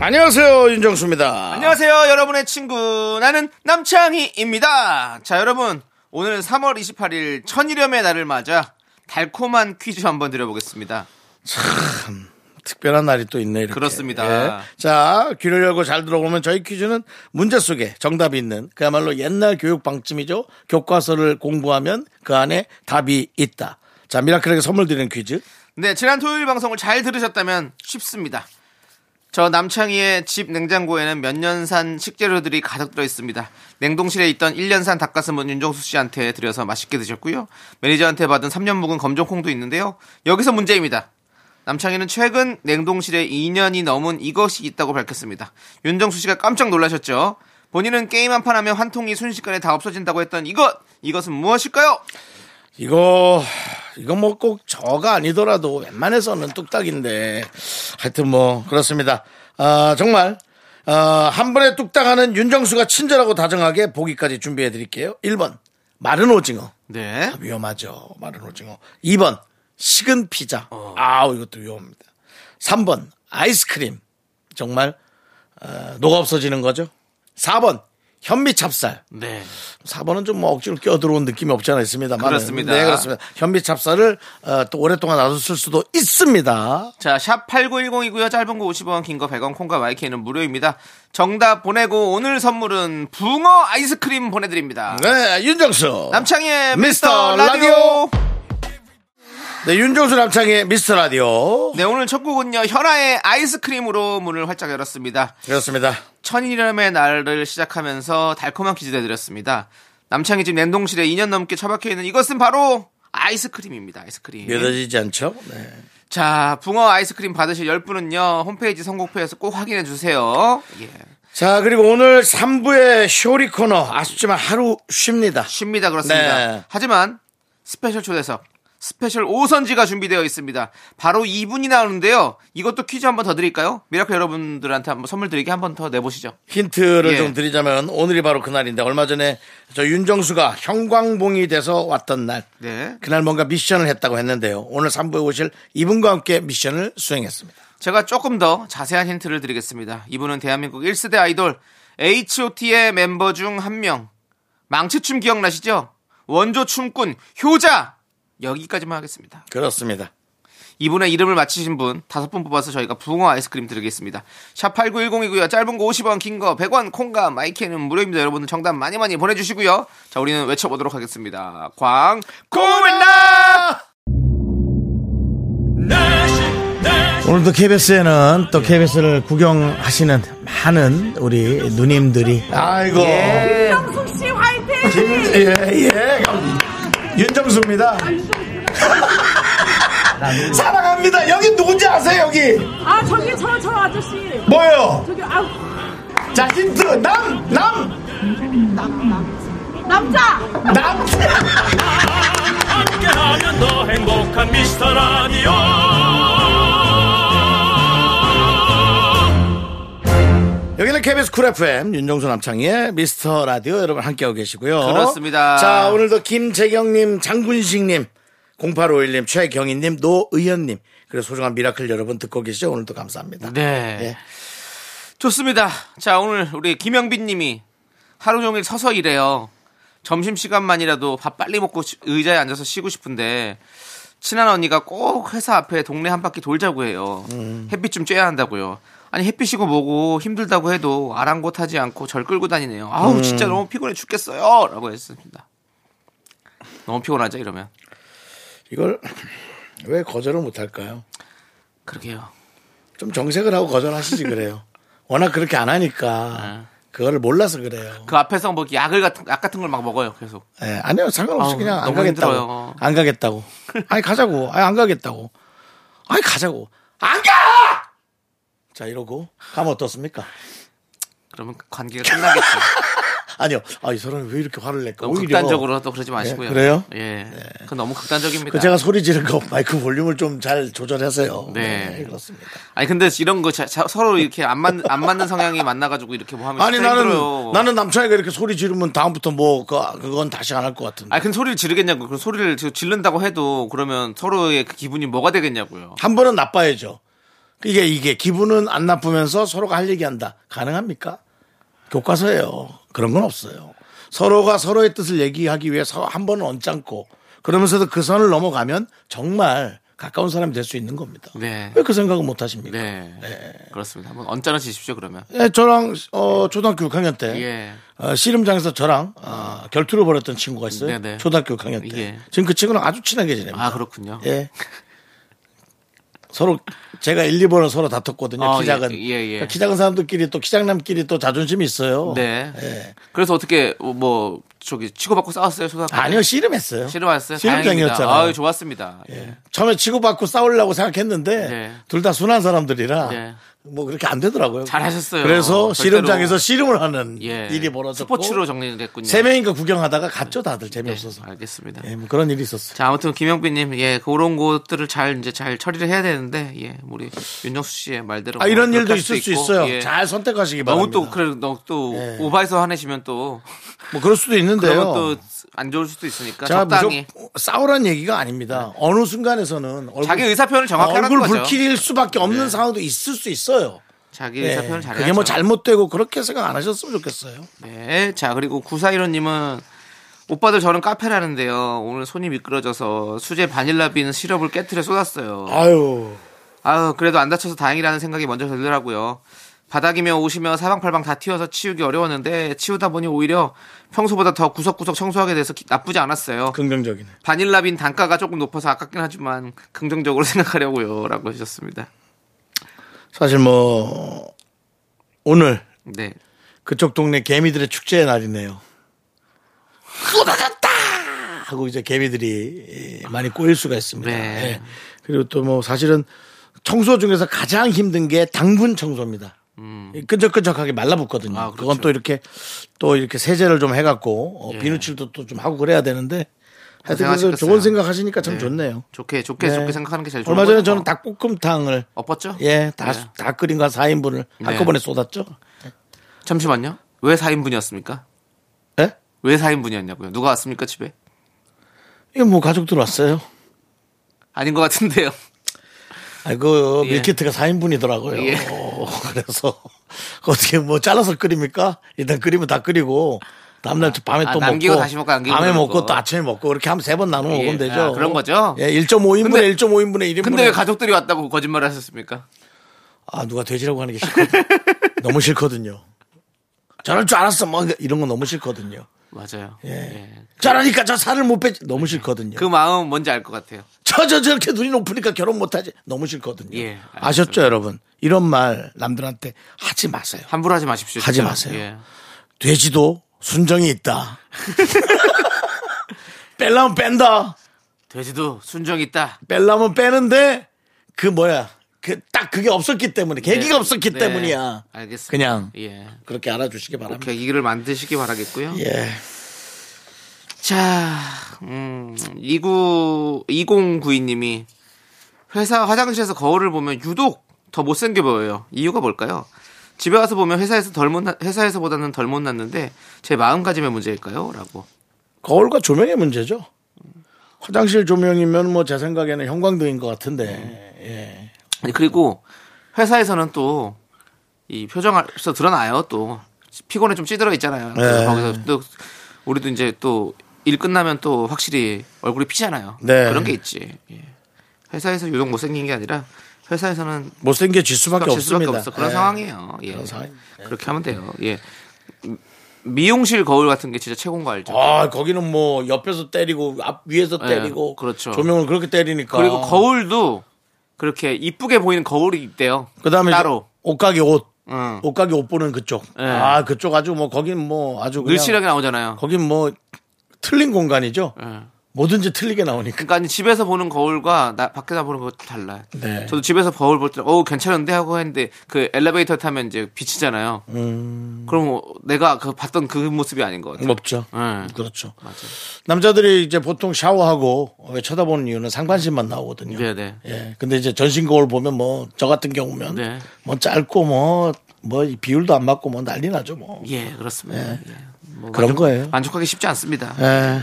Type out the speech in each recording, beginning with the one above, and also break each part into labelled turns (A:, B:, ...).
A: 안녕하세요 윤정수입니다.
B: 안녕하세요, 여러분의 친구. 나는 남창희입니다. 자, 여러분. 오늘 3월 28일 천일염의 날을 맞아 달콤한 퀴즈 한번 드려보겠습니다.
A: 특별한 날이 또 있네. 이렇게. 예.
B: 그렇습니다.
A: 자, 귀를 열고 잘 들어보면 저희 퀴즈는 문제 속에 정답이 있는 그야말로 옛날 교육 방침이죠. 교과서를 공부하면 그 안에 답이 있다. 자, 미라클에게 선물 드리는 퀴즈.
B: 네, 지난 토요일 방송을 잘 들으셨다면 쉽습니다. 저 남창희의 집 냉장고에는 몇 년 산 식재료들이 가득 들어 있습니다. 냉동실에 있던 1년 산 닭가슴은 윤종수 씨한테 드려서 맛있게 드셨고요. 매니저한테 받은 3년 묵은 검정콩도 있는데요. 여기서 문제입니다. 남창희는 최근 냉동실에 2년이 넘은 이것이 있다고 밝혔습니다. 윤정수 씨가 깜짝 놀라셨죠? 본인은 게임 한 판 하면 환통이 순식간에 다 없어진다고 했던 이것! 이것은 무엇일까요?
A: 이거, 이거 뭐 꼭 저가 아니더라도 웬만해서는 뚝딱인데. 하여튼 뭐, 그렇습니다. 아, 정말. 아, 한 번에 뚝딱하는 윤정수가 친절하고 다정하게 보기까지 준비해 드릴게요. 1번. 마른 오징어.
B: 네.
A: 아, 위험하죠. 마른 오징어. 2번 식은 피자.
B: 어.
A: 아우 이것도 위험합니다. 3번 아이스크림. 정말 어, 녹아 없어지는 거죠. 4번 현미 찹쌀.
B: 네.
A: 4번은 좀 뭐 억지로 끼어들어온 느낌이 없지 않아 있습니다만.
B: 그렇습니다.
A: 네, 그렇습니다. 현미 찹쌀을 어, 또 오랫동안 놔뒀을 수도 있습니다.
B: 자, 샵 8910이고요. 짧은 거 50원, 긴 거 100원, 콩과 마이크는 무료입니다. 정답 보내고 오늘 선물은 붕어 아이스크림 보내드립니다.
A: 네, 윤정수.
B: 남창희의
A: 미스터
B: 미스터 라디오.
A: 라디오. 네, 윤정수 남창의 미스터 라디오.
B: 네, 오늘 첫 곡은요. 현아의 아이스크림으로 문을 활짝 열었습니다.
A: 그렇습니다.
B: 천일염의 날을 시작하면서 달콤한 퀴즈 내드렸습니다. 남창희 집 냉동실에 2년 넘게 처박혀 있는 이것은 바로 아이스크림입니다. 아이스크림.
A: 믿어지지 않죠? 네.
B: 자, 붕어 아이스크림 받으실 10분은요. 홈페이지 선곡표에서 꼭 확인해 주세요. 예.
A: 자, 그리고 오늘 3부의 쇼리 코너 아쉽지만 하루 쉽니다.
B: 쉽니다 그렇습니다.
A: 네.
B: 하지만 스페셜 초대석 스페셜 5선지가 준비되어 있습니다. 바로 이분이 나오는데요. 이것도 퀴즈 한번 더 드릴까요? 미라클 여러분들한테 한번 선물 드리기 한 번 더 내보시죠.
A: 힌트를
B: 예.
A: 좀 드리자면 오늘이 바로 그날인데 얼마 전에 저 윤정수가 형광봉이 돼서 왔던 날.
B: 네.
A: 그날 뭔가 미션을 했다고 했는데요. 오늘 3부에 오실 이분과 함께 미션을 수행했습니다.
B: 제가 조금 더 자세한 힌트를 드리겠습니다. 이분은 대한민국 1세대 아이돌 H.O.T의 멤버 중 한 명. 망치춤 기억나시죠? 원조 춤꾼 효자 여기까지만 하겠습니다.
A: 그렇습니다.
B: 이분의 이름을 맞히신 분 다섯 분 뽑아서 저희가 붕어 아이스크림 드리겠습니다. 샵 8910이고요. 짧은 거 50원, 긴 거 100원, 콩과 마이크는 무료입니다. 여러분들 정답 많이 많이 보내주시고요. 자, 우리는 외쳐보도록 하겠습니다. 광, 고맨나!
A: 오늘도 KBS에는 또 KBS를 구경하시는 많은 우리 누님들이 예. 아이고
C: 윤정수 씨 화이팅!
A: 예, 예. 윤정수입니다. 사랑합니다. 여기 누군지 아세요, 여기?
C: 아 저기 저 저 아저씨
A: 뭐예요?
C: 저기 아
A: 자, 힌트. 남! 남!
C: 남자
A: 남!
D: 함께하면 더 행복한 미스터 라디오
A: 여기는 KBS 쿨 FM 윤정수 남창희의 미스터 라디오 여러분 함께하고 계시고요.
B: 그렇습니다.
A: 자, 오늘도 김재경님, 장군식님, 0851님, 최경희님, 노의현님, 그리고 소중한 미라클 여러분 듣고 계시죠? 오늘도 감사합니다.
B: 네.
A: 예.
B: 좋습니다. 자, 오늘 우리 김영빈 님이 하루 종일 서서 일해요. 점심시간만이라도 밥 빨리 먹고 시- 의자에 앉아서 쉬고 싶은데 친한 언니가 꼭 회사 앞에 동네 한 바퀴 돌자고 해요. 햇빛 좀 쬐야 한다고요. 아니 햇빛이고 뭐고 힘들다고 해도 아랑곳하지 않고 절 끌고 다니네요. 아우 진짜 너무 피곤해 죽겠어요. 라고 했습니다. 너무 피곤하죠 이러면.
A: 이걸 왜 거절을 못할까요?
B: 그러게요.
A: 좀 정색을 하고 거절하시지 그래요. 워낙 그렇게 안
B: 아.
A: 하니까 그거를 몰라서 그래요.
B: 그 앞에서 뭐 약을 같은 약 같은 걸 막 먹어요. 계속.
A: 예, 아니요 상관없이
B: 아우,
A: 그냥 안
B: 너무
A: 가겠다고.
B: 힘들어요.
A: 안 가겠다고. 아니 가자고. 아니 안 가겠다고. 아니 가자고. 안 가! 자 이러고 가면 어떻습니까?
B: 그러면 관계가 끝나겠죠.
A: 아니요. 아, 이 사람이 왜 이렇게 화를 낼까?
B: 너무
A: 오히려.
B: 그 극단적으로 또 그러지 마시고요.
A: 네, 그래요?
B: 예. 그 너무 극단적입니다.
A: 그 제가 소리 지른 거 마이크 볼륨을 좀 잘 조절하세요.
B: 네.
A: 그렇습니다.
B: 아니 근데 이런 거 자- 자- 서로 이렇게 안 맞는 안 맞는 성향이 만나가지고 이렇게 뭐 하면
A: 아니
B: 진짜
A: 나는
B: 힘들어요.
A: 나는 남창이가 이렇게 소리 지르면 다음부터 뭐 그- 그건 다시 안 할 것 같은데.
B: 아니 근데 소리를 지르겠냐고 그 소리를 지- 지른다고 해도 그러면 서로의 그 기분이 뭐가 되겠냐고요.
A: 한 번은 나빠야죠. 이게 이게 기분은 안 나쁘면서 서로가 할 얘기한다. 가능합니까? 교과서예요. 그런 건 없어요. 서로가 서로의 뜻을 얘기하기 위해서 한 번은 언짢고 그러면서도 그 선을 넘어가면 정말 가까운 사람이 될 수 있는 겁니다.
B: 네.
A: 왜 그 생각을 못 하십니까?
B: 네. 그렇습니다. 한번 언짢으시십시오 그러면.
A: 예, 저랑 어, 초등학교 6학년 때
B: 예.
A: 어, 씨름장에서 저랑 어, 결투를 벌였던 친구가 있어요.
B: 네네.
A: 초등학교 6학년 때.
B: 예.
A: 지금 그 친구랑 아주 친하게 지냅니다.
B: 아 그렇군요.
A: 예. 서로 제가 1, 2번을 서로 다퉜거든요.
B: 어,
A: 키 작은.
B: 예, 예, 예.
A: 키 작은 사람들끼리 또 키 작남끼리 또 자존심이 있어요.
B: 네.
A: 예.
B: 그래서 어떻게 뭐 저기 치고받고 싸웠어요 초등학교?
A: 아니요, 씨름했어요.
B: 싫어했어요.
A: 씨름장이었잖아요.
B: 다행입니다. 아유 좋았습니다.
A: 예. 처음에 치고받고 싸우려고 생각했는데
B: 네.
A: 둘 다 순한 사람들이라
B: 네.
A: 뭐 그렇게 안 되더라고요.
B: 잘하셨어요.
A: 그래서
B: 절대로.
A: 씨름장에서 씨름을 하는
B: 예.
A: 일이 벌어졌고
B: 스포츠로 정리됐군요.
A: 세 명인가 구경하다가 갔죠 다들 재미없어서.
B: 네, 알겠습니다.
A: 예, 뭐 그런 일이 있었어요.
B: 자, 아무튼 김영빈님, 예, 그런 것들을 잘 이제 잘 처리를 해야 되는데, 예, 우리 윤정수 씨의 말대로
A: 아, 이런
B: 뭐
A: 일도
B: 그렇게
A: 있을
B: 할
A: 수
B: 있고,
A: 있어요.
B: 예.
A: 잘 선택하시기
B: 너무
A: 바랍니다.
B: 또 그래, 너또
A: 예.
B: 오바해서 화내시면 또
A: 뭐 그럴 수도 있는데요.
B: 그러면 또 안 좋을 수도 있으니까
A: 제가
B: 적당히 네.
A: 무조건 싸우란 얘기가 아닙니다. 어느 순간에서는 얼굴,
B: 자기 의사 표현을 정확히 하는
A: 얼굴
B: 거죠. 네.
A: 불킬일 수밖에 없는 상황도 있을 수 있어요.
B: 자기
A: 네.
B: 의사 표현을 잘해야죠.
A: 그게 뭐 잘못되고 그렇게 생각 안 하셨으면 좋겠어요.
B: 네, 자 그리고 구사일호님은 오빠들 저는 카페라는데요. 오늘 손이 미끄러져서 수제 바닐라빈 시럽을 깨트려 쏟았어요.
A: 아유,
B: 아유 그래도 안 다쳐서 다행이라는 생각이 먼저 들더라고요. 바닥이며 옷이며 사방팔방 다 튀어서 치우기 어려웠는데 치우다 보니 오히려 평소보다 더 구석구석 청소하게 돼서 기- 나쁘지 않았어요.
A: 그- 긍정적이네.
B: 바닐라빈 단가가 조금 높아서 아깝긴 하지만 긍정적으로 생각하려고요라고 하셨습니다.
A: 사실 뭐 오늘
B: 네.
A: 그쪽 동네 개미들의 축제의 날이네요. 쏟아졌다 하고 이제 개미들이 예, 많이 꼬일 수가 있습니다.
B: 네.
A: 예. 그리고 또 뭐 사실은 청소 중에서 가장 힘든 게 당분 청소입니다. 끈적끈적하게 말라붙거든요.
B: 음. 아,
A: 그
B: 그렇죠.
A: 건또 이렇게 또 이렇게 세제를 좀 해갖고 어,
B: 예.
A: 비누칠도 또 좀 하고 그래야 되는데 하여튼 그래서
B: 고생하셨겠어요.
A: 좋은 생각하시니까 참
B: 네.
A: 좋네요.
B: 좋게 좋게
A: 네.
B: 좋게 생각하는 게 제일 좋은
A: 얼마 전에
B: 거죠.
A: 저는 닭볶음탕을
B: 엎었죠?
A: 예, 다,
B: 네.
A: 다 끓인 거 한 4인분을 한꺼번에 쏟았죠.
B: 잠시만요. 왜 4인분이었습니까?
A: 예?
B: 왜 4인분이었냐고요. 누가 왔습니까, 집에?
A: 이거 뭐 가족들 왔어요.
B: 아닌 것 같은데요.
A: 아니, 그
B: 예.
A: 밀키트가 4인분이더라고요.
B: 예.
A: 그래서 어떻게 뭐 잘라서 끓입니까? 일단 끓이면 다 끓이고 다음날 또 밤에
B: 아,
A: 또
B: 남기고
A: 먹고
B: 다시 먹고 남기고
A: 밤에
B: 그러고.
A: 먹고 또 아침에 먹고 그렇게 하면 세 번 나눠 먹으면
B: 예.
A: 되죠.
B: 아, 그런 거죠?
A: 예, 1.5인분에
B: 근데-
A: 1.5인분에 1인분.
B: 근데 왜 가족들이 왔다고 거짓말을 하셨습니까?
A: 아, 누가 돼지라고 하는 게 싫거든요. 너무 싫거든요. 저럴 줄 알았어. 뭐 이런 거 너무 싫거든요.
B: 맞아요.
A: 예.
B: 예.
A: 저러니까 저 살을 못 빼지. 너무 싫거든요.
B: 그 마음 뭔지 알 것 같아요.
A: 저, 저, 저렇게 눈이 높으니까 결혼 못하지. 너무 싫거든요.
B: 예, 알겠습니다.
A: 아셨죠, 여러분? 이런 말 남들한테 하지 마세요.
B: 함부로 하지 마십시오.
A: 하지
B: 진짜.
A: 마세요.
B: 예.
A: 돼지도 순정이 있다. 뺄라면 뺀다.
B: 돼지도 순정 있다.
A: 뺄라면 빼는데, 그 뭐야. 그, 딱 그게 없었기 때문에, 계기가
B: 네.
A: 없었기
B: 네.
A: 때문이야.
B: 알겠습니다.
A: 그냥
B: 예.
A: 그렇게 알아주시기 바랍니다.
B: 계기를 만드시기 바라겠고요.
A: 예.
B: 자, 음, 29, 2092님이 회사 화장실에서 거울을 보면 유독 더 못생겨 보여요. 이유가 뭘까요? 집에 와서 보면 회사에서 덜 못, 나- 회사에서보다는 덜 못났는데 제 마음가짐의 문제일까요? 라고.
A: 거울과 조명의 문제죠. 화장실 조명이면 뭐 제 생각에는 형광등인 것
B: 네.
A: 같은데. 예.
B: 아니, 네, 그리고 회사에서는 또 이 표정에서 드러나요. 또 피곤에 좀 찌들어 있잖아요. 그래서
A: 네.
B: 거기서 또 우리도 이제 또 일 끝나면 또 확실히 얼굴이 피잖아요.
A: 네.
B: 그런 게 있지. 예. 회사에서 유독 못생긴 게 아니라 회사에서는
A: 못생겨질 수밖에
B: 질 수밖에
A: 없습니다.
B: 없어. 그런
A: 예.
B: 상황이에요. 예.
A: 그런 상황.
B: 그렇게 하면 돼요. 예. 미- 미용실 거울 같은 게 진짜 최고인 거 알죠?
A: 아, 거기는 뭐 옆에서 때리고 앞 위에서
B: 예,
A: 때리고
B: 그렇죠.
A: 조명을 그렇게 때리니까
B: 그리고 거울도 그렇게 이쁘게 보이는 거울이 있대요.
A: 그다음에 이제
B: 따로.
A: 옷가게 옷
B: 응.
A: 옷가게 옷 보는 그쪽.
B: 예.
A: 아, 그쪽 아주 뭐 거긴 뭐 아주 그냥
B: 늘씬하게 나오잖아요.
A: 거긴 뭐 틀린 공간이죠.
B: 예.
A: 뭐든지 틀리게 나오니까.
B: 그러니까 집에서 보는 거울과 나 밖에서 보는 것도 달라요.
A: 네.
B: 저도 집에서 거울 볼 때, 어 괜찮은데 하고 했는데 그 엘리베이터 타면 이제 비치잖아요.
A: 음.
B: 그럼 내가 그 봤던 그 모습이 아닌 것 같아요.
A: 없죠.
B: 네.
A: 뭐 그렇죠. 남자들이 이제 보통 샤워하고 왜 쳐다보는 이유는 상반신만 나오거든요.
B: 네, 네.
A: 예. 근데 이제 전신 거울 보면 뭐 저 같은 경우면
B: 네.
A: 뭐 짧고 뭐 뭐 비율도 안 맞고 뭐 난리 나죠 뭐.
B: 예, 그렇습니다. 예. 뭐
A: 그런 거예요.
B: 만족하기 쉽지 않습니다.
A: 예.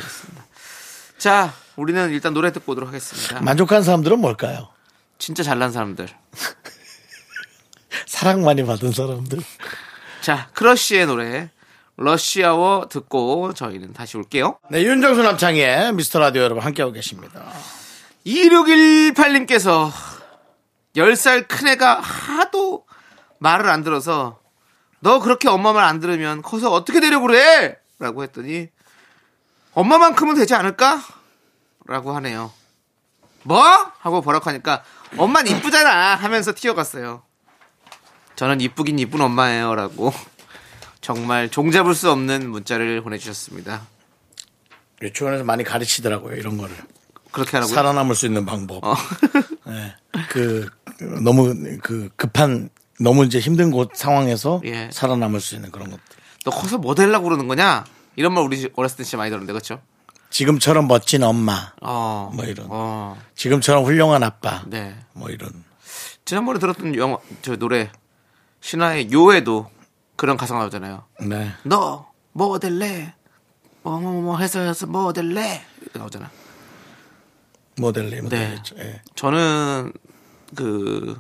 B: 자, 우리는 일단 노래 듣고 오도록 하겠습니다.
A: 만족한 사람들은 뭘까요?
B: 진짜 잘난 사람들.
A: 사랑 많이 받은 사람들.
B: 자, 크러쉬의 노래 러시아워 듣고 저희는 다시 올게요.
A: 네, 윤정수 남창희의 미스터 라디오 여러분 함께하고 계십니다.
B: 2618님께서 10살 큰애가 하도 말을 안 들어서 너 그렇게 엄마 말 안 들으면 커서 어떻게 되려고 그래? 라고 했더니 엄마만큼은 되지 않을까? 라고 하네요. 뭐? 하고 버럭하니까 엄만 이쁘잖아 하면서 튀어갔어요. 저는 이쁘긴 이쁜 엄마예요 라고 정말 종잡을 수 없는 문자를 보내주셨습니다.
A: 유치원에서 많이 가르치더라고요, 이런 거를.
B: 그렇게 하라고요?
A: 살아남을 수 있는 방법.
B: 어.
A: 예. 그, 너무 그 급한, 너무 이제 힘든 곳 상황에서
B: 예.
A: 살아남을 수 있는 그런 것들.
B: 너 커서 뭐 되려고 그러는 거냐? 이런 말 우리 집 어렸을 때 진짜 많이 들었는데, 그쵸?
A: 지금처럼 멋진 엄마,
B: 어.
A: 뭐 이런.
B: 어.
A: 지금처럼 훌륭한 아빠,
B: 네.
A: 뭐 이런.
B: 지난번에 들었던 영화, 저 노래, 신화의 요에도 그런 가사가 나오잖아요.
A: 네.
B: 너, 뭐 될래? 뭐, 뭐, 뭐 해서 해서 뭐 될래? 이렇게 나오잖아.
A: 모델님.
B: 네.
A: 네. 예.
B: 저는, 그,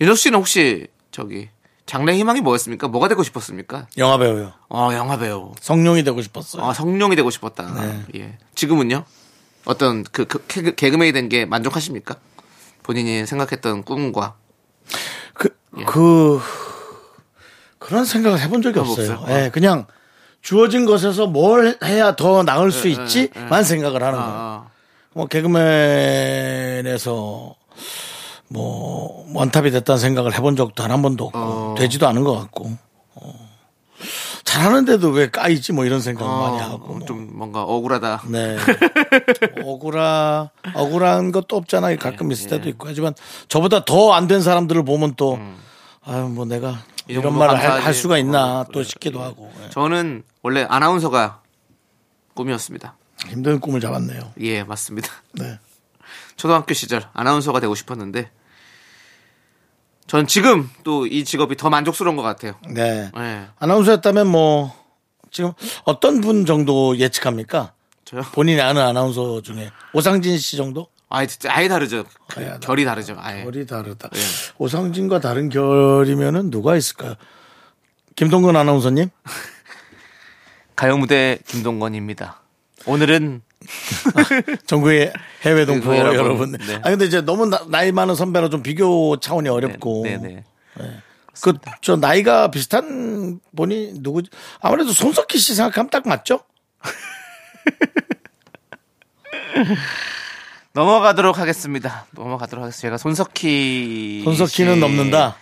B: 윤혁 씨는 혹시, 저기, 장래 희망이 뭐였습니까? 뭐가 되고 싶었습니까?
A: 영화 배우요.
B: 어, 영화 배우.
A: 성룡이 되고 싶었어요.
B: 아, 성룡이 되고 싶었다.
A: 네.
B: 예. 지금은요? 어떤 그, 그 개그- 개그맨이 된 게 만족하십니까? 본인이 생각했던 꿈과
A: 그, 그, 그런 생각을 해본 적이
B: 그런 거
A: 없어요.
B: 없어요?
A: 예, 그냥 주어진 것에서 뭘 해야 더 나을 수 있지만 생각을 하는 예, 거예요.
B: 아,
A: 뭐 개그맨에서 뭐 원탑이 됐다는 생각을 해본 적도 단 한 번도 없고 되지도 않은 것 같고 어. 잘하는데도 왜 까이지 뭐 이런 생각 을
B: 어,
A: 많이 하고 뭐.
B: 좀 뭔가 억울하다.
A: 네 억울하 억울한 것도 없잖아요
B: 예,
A: 가끔 있을 때도 있고 하지만 저보다 더 안 된 사람들을 보면 또 아유 뭐 내가
B: 음. 이
A: 이런
B: 정도
A: 말을 할,
B: 감사하지.
A: 할 수가 있나
B: 어,
A: 또 싶기도 하고 예.
B: 저는 원래 아나운서가 꿈이었습니다.
A: 힘든 꿈을 잡았네요
B: 예, 맞습니다.
A: 네
B: 초등학교 시절 아나운서가 되고 싶었는데 전 지금 또 이 직업이 더 만족스러운 것 같아요.
A: 네.
B: 예.
A: 아나운서였다면 뭐 지금 어떤 분 정도 예측합니까?
B: 저요?
A: 본인이 아는 아나운서 중에 오상진 씨 정도?
B: 아예 아예 다르죠. 그
A: 아예
B: 결이 다르죠. 아예.
A: 결이 다르다. 오상진과 다른 결이면은 누가 있을까요? 김동근 아나운서님?
B: 가요 무대 김동건입니다. 오늘은
A: 전국의 해외 동포
B: 네,
A: 여러분.
B: 여러분. 네.
A: 아 근데 이제 너무 나, 이 많은 선배라 좀 비교 차원이 어렵고.
B: 네, 네.
A: 그 저 나이가 비슷한 분이 누구지? 아무래도 손석희 씨 생각하면 딱 맞죠?
B: 넘어가도록 하겠습니다. 넘어가도록 하겠습니다. 제가 손석희
A: 손석희는
B: 씨-
A: 넘는다.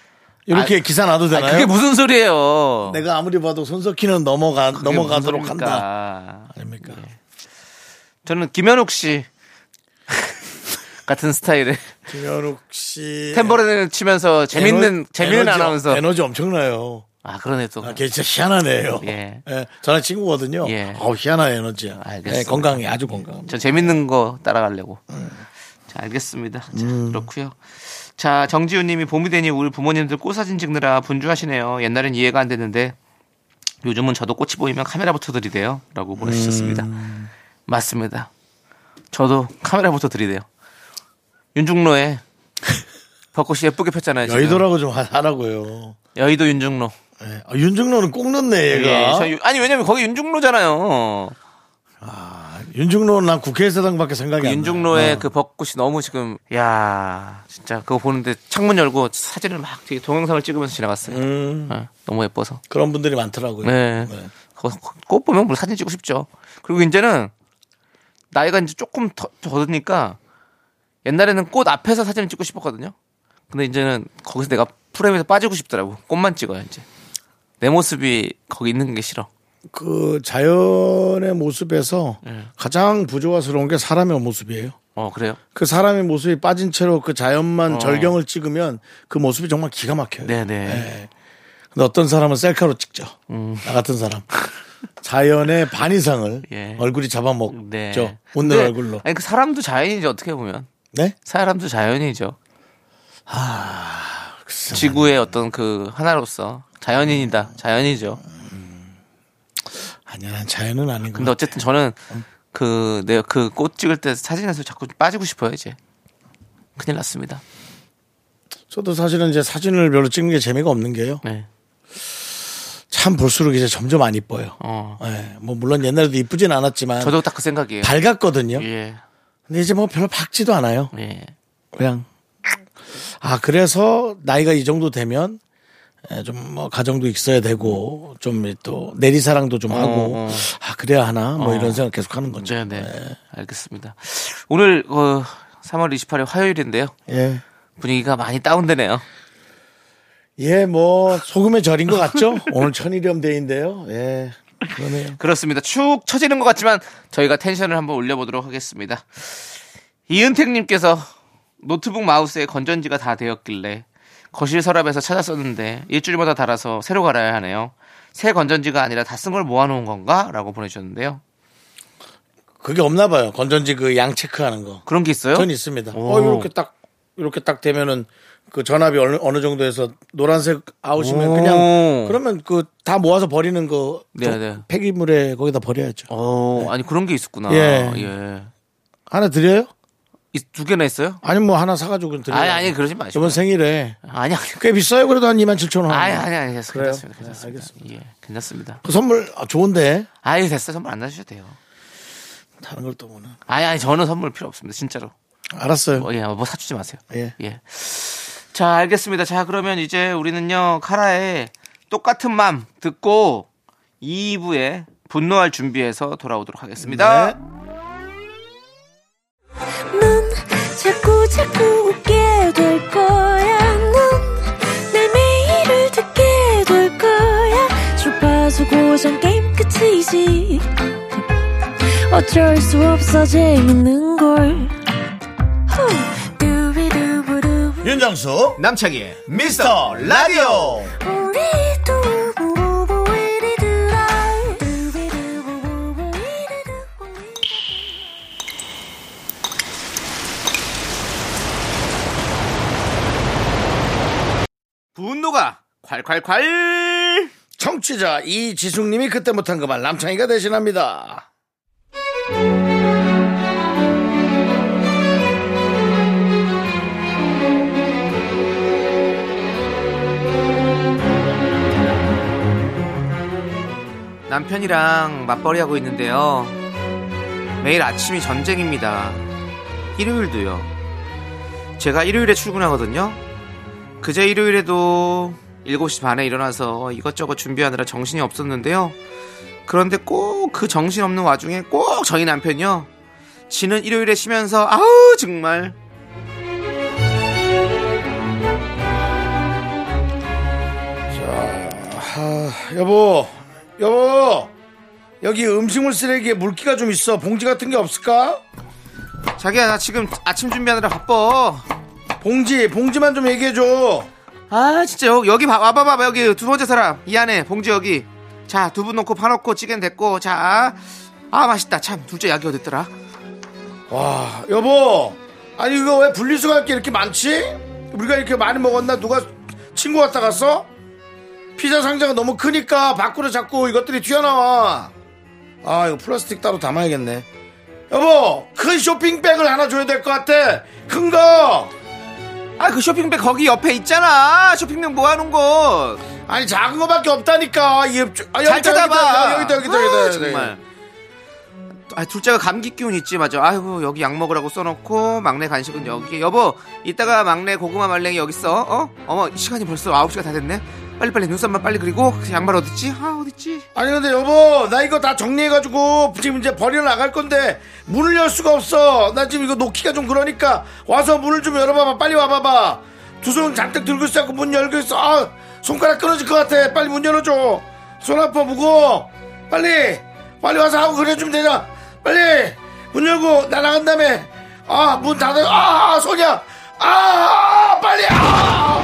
A: 이렇게
B: 아,
A: 기사 놔도
B: 아니,
A: 되나요?
B: 그게 무슨 소리예요?
A: 내가 아무리 봐도 손석희는 넘어가
B: 그게
A: 넘어가도록
B: 무슨
A: 한다.
B: 소리입니까? 네.
A: 아닙니까?
B: 저는 김현욱 씨 같은 스타일의
A: 김현욱 씨
B: 탬버린을 치면서 재밌는 재밌는
A: 예. 에너지,
B: 아나운서.
A: 에너지 엄청나요.
B: 아 그러네 또.
A: 아, 걔 진짜 희한하네요. 예.
B: 예.
A: 저랑 친구거든요.
B: 예.
A: 아우 희한한 에너지야.
B: 알겠습니다.
A: 예, 건강해 아주 건강합니다.
B: 저 재밌는 거 따라가려고.
A: 네.
B: 자, 알겠습니다. 자,
A: 음.
B: 그렇고요. 자, 정지훈 님이 봄이 되니 우리 부모님들 꽃사진 찍느라 분주하시네요. 옛날엔 이해가 안 됐는데 요즘은 저도 꽃이 보이면 카메라부터 들이대요. 라고
A: 음.
B: 보내주셨습니다. 맞습니다. 저도 카메라부터 들이대요. 윤중로에 벚꽃이 예쁘게 폈잖아요. 지금.
A: 여의도라고 좀 하- 하라고요.
B: 여의도 윤중로.
A: 예. 아, 윤중로는 꼭 넣네
B: 예,
A: 얘가.
B: 저 유- 아니, 왜냐면 거기 윤중로잖아요.
A: 윤중로는 난 국회의사당밖에 생각이 안 어. 나.
B: 윤중로의 그 벚꽃이 너무 지금 야 진짜 그거 보는데 창문 열고 사진을 막 되게 동영상을 찍으면서 지나갔어요.
A: 음.
B: 예, 너무 예뻐서.
A: 그런 분들이 많더라고요.
B: 네.
A: 네.
B: 그거 꽃 보면 물 사진 찍고 싶죠. 그리고 이제는 나이가 이제 조금 더 더드니까 옛날에는 꽃 앞에서 사진을 찍고 싶었거든요. 근데 이제는 거기서 내가 프레임에서 빠지고 싶더라고. 꽃만 찍어요 이제. 내 모습이 거기 있는 게 싫어.
A: 그 자연의 모습에서
B: 네.
A: 가장 부조화스러운 게 사람의 모습이에요.
B: 어 그래요?
A: 그 사람의 모습이 빠진 채로 그 자연만 절경을 찍으면 그 모습이 정말 기가 막혀요.
B: 어. 네네.
A: 근데 어떤 사람은 셀카로 찍죠.
B: 음.
A: 나 같은 사람. 자연의 반 이상을
B: 예.
A: 얼굴이 잡아먹죠.
B: 네.
A: 웃는
B: 근데,
A: 얼굴로.
B: 아니 그 사람도 자연이죠 어떻게 보면
A: 네?
B: 사람도 자연이죠. 지구의 어떤 그 하나로서 자연인이다 자연이죠.
A: 아니야, 난 자연은 아닌 것
B: 근데
A: 같아.
B: 어쨌든 저는 그 내가 그 꽃 찍을 때 사진에서 자꾸 빠지고 싶어요 이제. 큰일 났습니다.
A: 저도 사실은 이제 사진을 별로 찍는 게 재미가 없는 게요.
B: 네.
A: 참 볼수록 이제 점점 안 이뻐요.
B: 어.
A: 예, 뭐 물론 옛날에도 이쁘진 않았지만
B: 저도 딱 그 생각이에요.
A: 밝았거든요.
B: 예.
A: 근데 이제 뭐 별로 밝지도 않아요.
B: 예.
A: 그냥 아 그래서 나이가 이 정도 되면 좀 뭐 가정도 있어야 되고 좀 또 내리사랑도 좀 하고
B: 어.
A: 아 그래야 하나 뭐 이런 생각 계속 하는 거죠.
B: 네, 네. 알겠습니다. 오늘 어, 3월 28일 화요일인데요.
A: 예.
B: 분위기가 많이 다운되네요.
A: 예, 뭐 소금의 절인 것 같죠? 오늘 천일염 데이인데요. 예. 그러네요.
B: 그렇습니다. 축 처지는 것 같지만 저희가 텐션을 한번 올려보도록 하겠습니다. 이은택님께서 노트북 마우스에 건전지가 다 되었길래 거실 서랍에서 찾아 썼는데 일주일마다 달아서 새로 갈아야 하네요. 새 건전지가 아니라 다 쓴 걸 모아놓은 건가? 라고 보내주셨는데요.
A: 그게 없나 봐요. 건전지 그 양 체크하는 거.
B: 그런 게 있어요?
A: 전 있습니다.
B: 오.
A: 어, 이렇게 딱, 이렇게 딱 되면은 그 전압이 어느, 어느 정도에서 노란색 아웃이면
B: 오.
A: 그냥 그러면 그 다 모아서 버리는 거
B: 네,
A: 좀
B: 네.
A: 폐기물에 거기다 버려야죠.
B: 어, 아니 그런 게 있었구나.
A: 네. 예.
B: 예.
A: 하나 드려요?
B: 이- 두 개나 있어요?
A: 아니 뭐 하나 사가지고 그냥 드려요.
B: 아니, 아니, 그러지 마시고요.
A: 이번 생일에
B: 아니, 아니.
A: 꽤 비싸요. 그래도 한 2만 7천 원.
B: 아니, 아니, 아니, 됐어.
A: 그래요?
B: 괜찮습니다.
A: 네,
B: 괜찮습니다.
A: 알겠습니다.
B: 예, 괜찮습니다.
A: 그 선물 아, 좋은데
B: 아유, 됐어. 선물 안 사주셔도 돼요.
A: 다른 걸 또 보나.
B: 아니, 아니, 저는 선물 필요 없습니다. 진짜로.
A: 알았어요.
B: 뭐, 예, 뭐 사주지 마세요.
A: 예.
B: 자, 알겠습니다. 자, 그러면 이제 우리는요, 카라의 똑같은 맘 듣고 2부에 분노할 준비해서 돌아오도록 하겠습니다.
A: 네.
E: 넌 자꾸 자꾸 웃게 될 거야. 넌내 매일을 듣게 될 거야. 주파수 고정 게임 끝이지. 어쩔 수 없어 재밌는 걸. 후. 두비두부두.
A: 윤정수
B: 남창희의
A: 미스터 라디오.
E: 우리 두부부부 우리 두라. 두비두부부부 우리 두부부.
B: 분노가 콸콸콸!
A: 청취자 이지숙님이 그때 못한 그 말 남창희가 대신합니다.
B: 남편이랑 맞벌이 하고 있는데요. 매일 아침이 전쟁입니다. 일요일도요. 제가 일요일에 출근하거든요. 그제 일요일에도 7시 반에 일어나서 이것저것 준비하느라 정신이 없었는데요. 그런데 꼭 그 정신없는 와중에 꼭 저희 남편이요. 지는 일요일에 쉬면서 아우 정말
A: 여보, 여보, 여기 음식물 쓰레기에 물기가 좀 있어. 봉지 같은 게 없을까?
B: 자기야 나 지금 아침 준비하느라 바빠.
A: 봉지, 봉지만 좀 얘기해줘.
B: 아 진짜 여- 여기 봐- 와봐봐 여기 두 번째 사람 이 안에 봉지 여기 자 두부 넣고 파 넣고 찌개는 됐고 자아 맛있다 참 둘째 약이 어딨더라
A: 와, 여보, 아니, 이거 왜 분리수거 할게 이렇게 많지? 우리가 이렇게 많이 먹었나? 누가 친구 왔다 갔어? 피자 상자가 너무 크니까 밖으로 자꾸 이것들이 튀어나와. 아, 이거 플라스틱 따로 담아야겠네. 여보, 큰 쇼핑백을 하나 줘야 될 것 같아. 큰 거.
B: 아 그 쇼핑백 거기 옆에 있잖아 쇼핑백 모아놓은 곳
A: 아니 작은 거밖에 없다니까. 이 옆- 아,
B: 잘
A: 여기다,
B: 찾아봐
A: 여기다 여기다
B: 아,
A: 여기다 여기다.
B: 정말 아 둘째가 감기 기운 있지 맞아 아이고 여기 약 먹으라고 써놓고 막내 간식은 여기 여보 이따가 막내 고구마 말랭이 여기 있어 어 어머 시간이 벌써 9시가 다 됐네 빨리빨리 눈썹만 빨리 그리고 그 양말 어딨지 아 어딨지
A: 아니 근데 여보 나 이거 다 정리해가지고 지금 이제 버리러 나갈 건데 문을 열 수가 없어 나 지금 이거 놓기가 좀 그러니까 와서 문을 좀 열어봐봐 빨리 와봐봐 두 손 잔뜩 들고 있어 갖고 문 열고 있어 아 손가락 끊어질 것 같아 빨리 문 열어줘 손 아파 무거워 빨리 빨리 와서 하고 그려주면 되잖아 빨리 네. 문 열고 나 나간 다음에 아 문 닫아 아 소냐 아, 아 빨리 아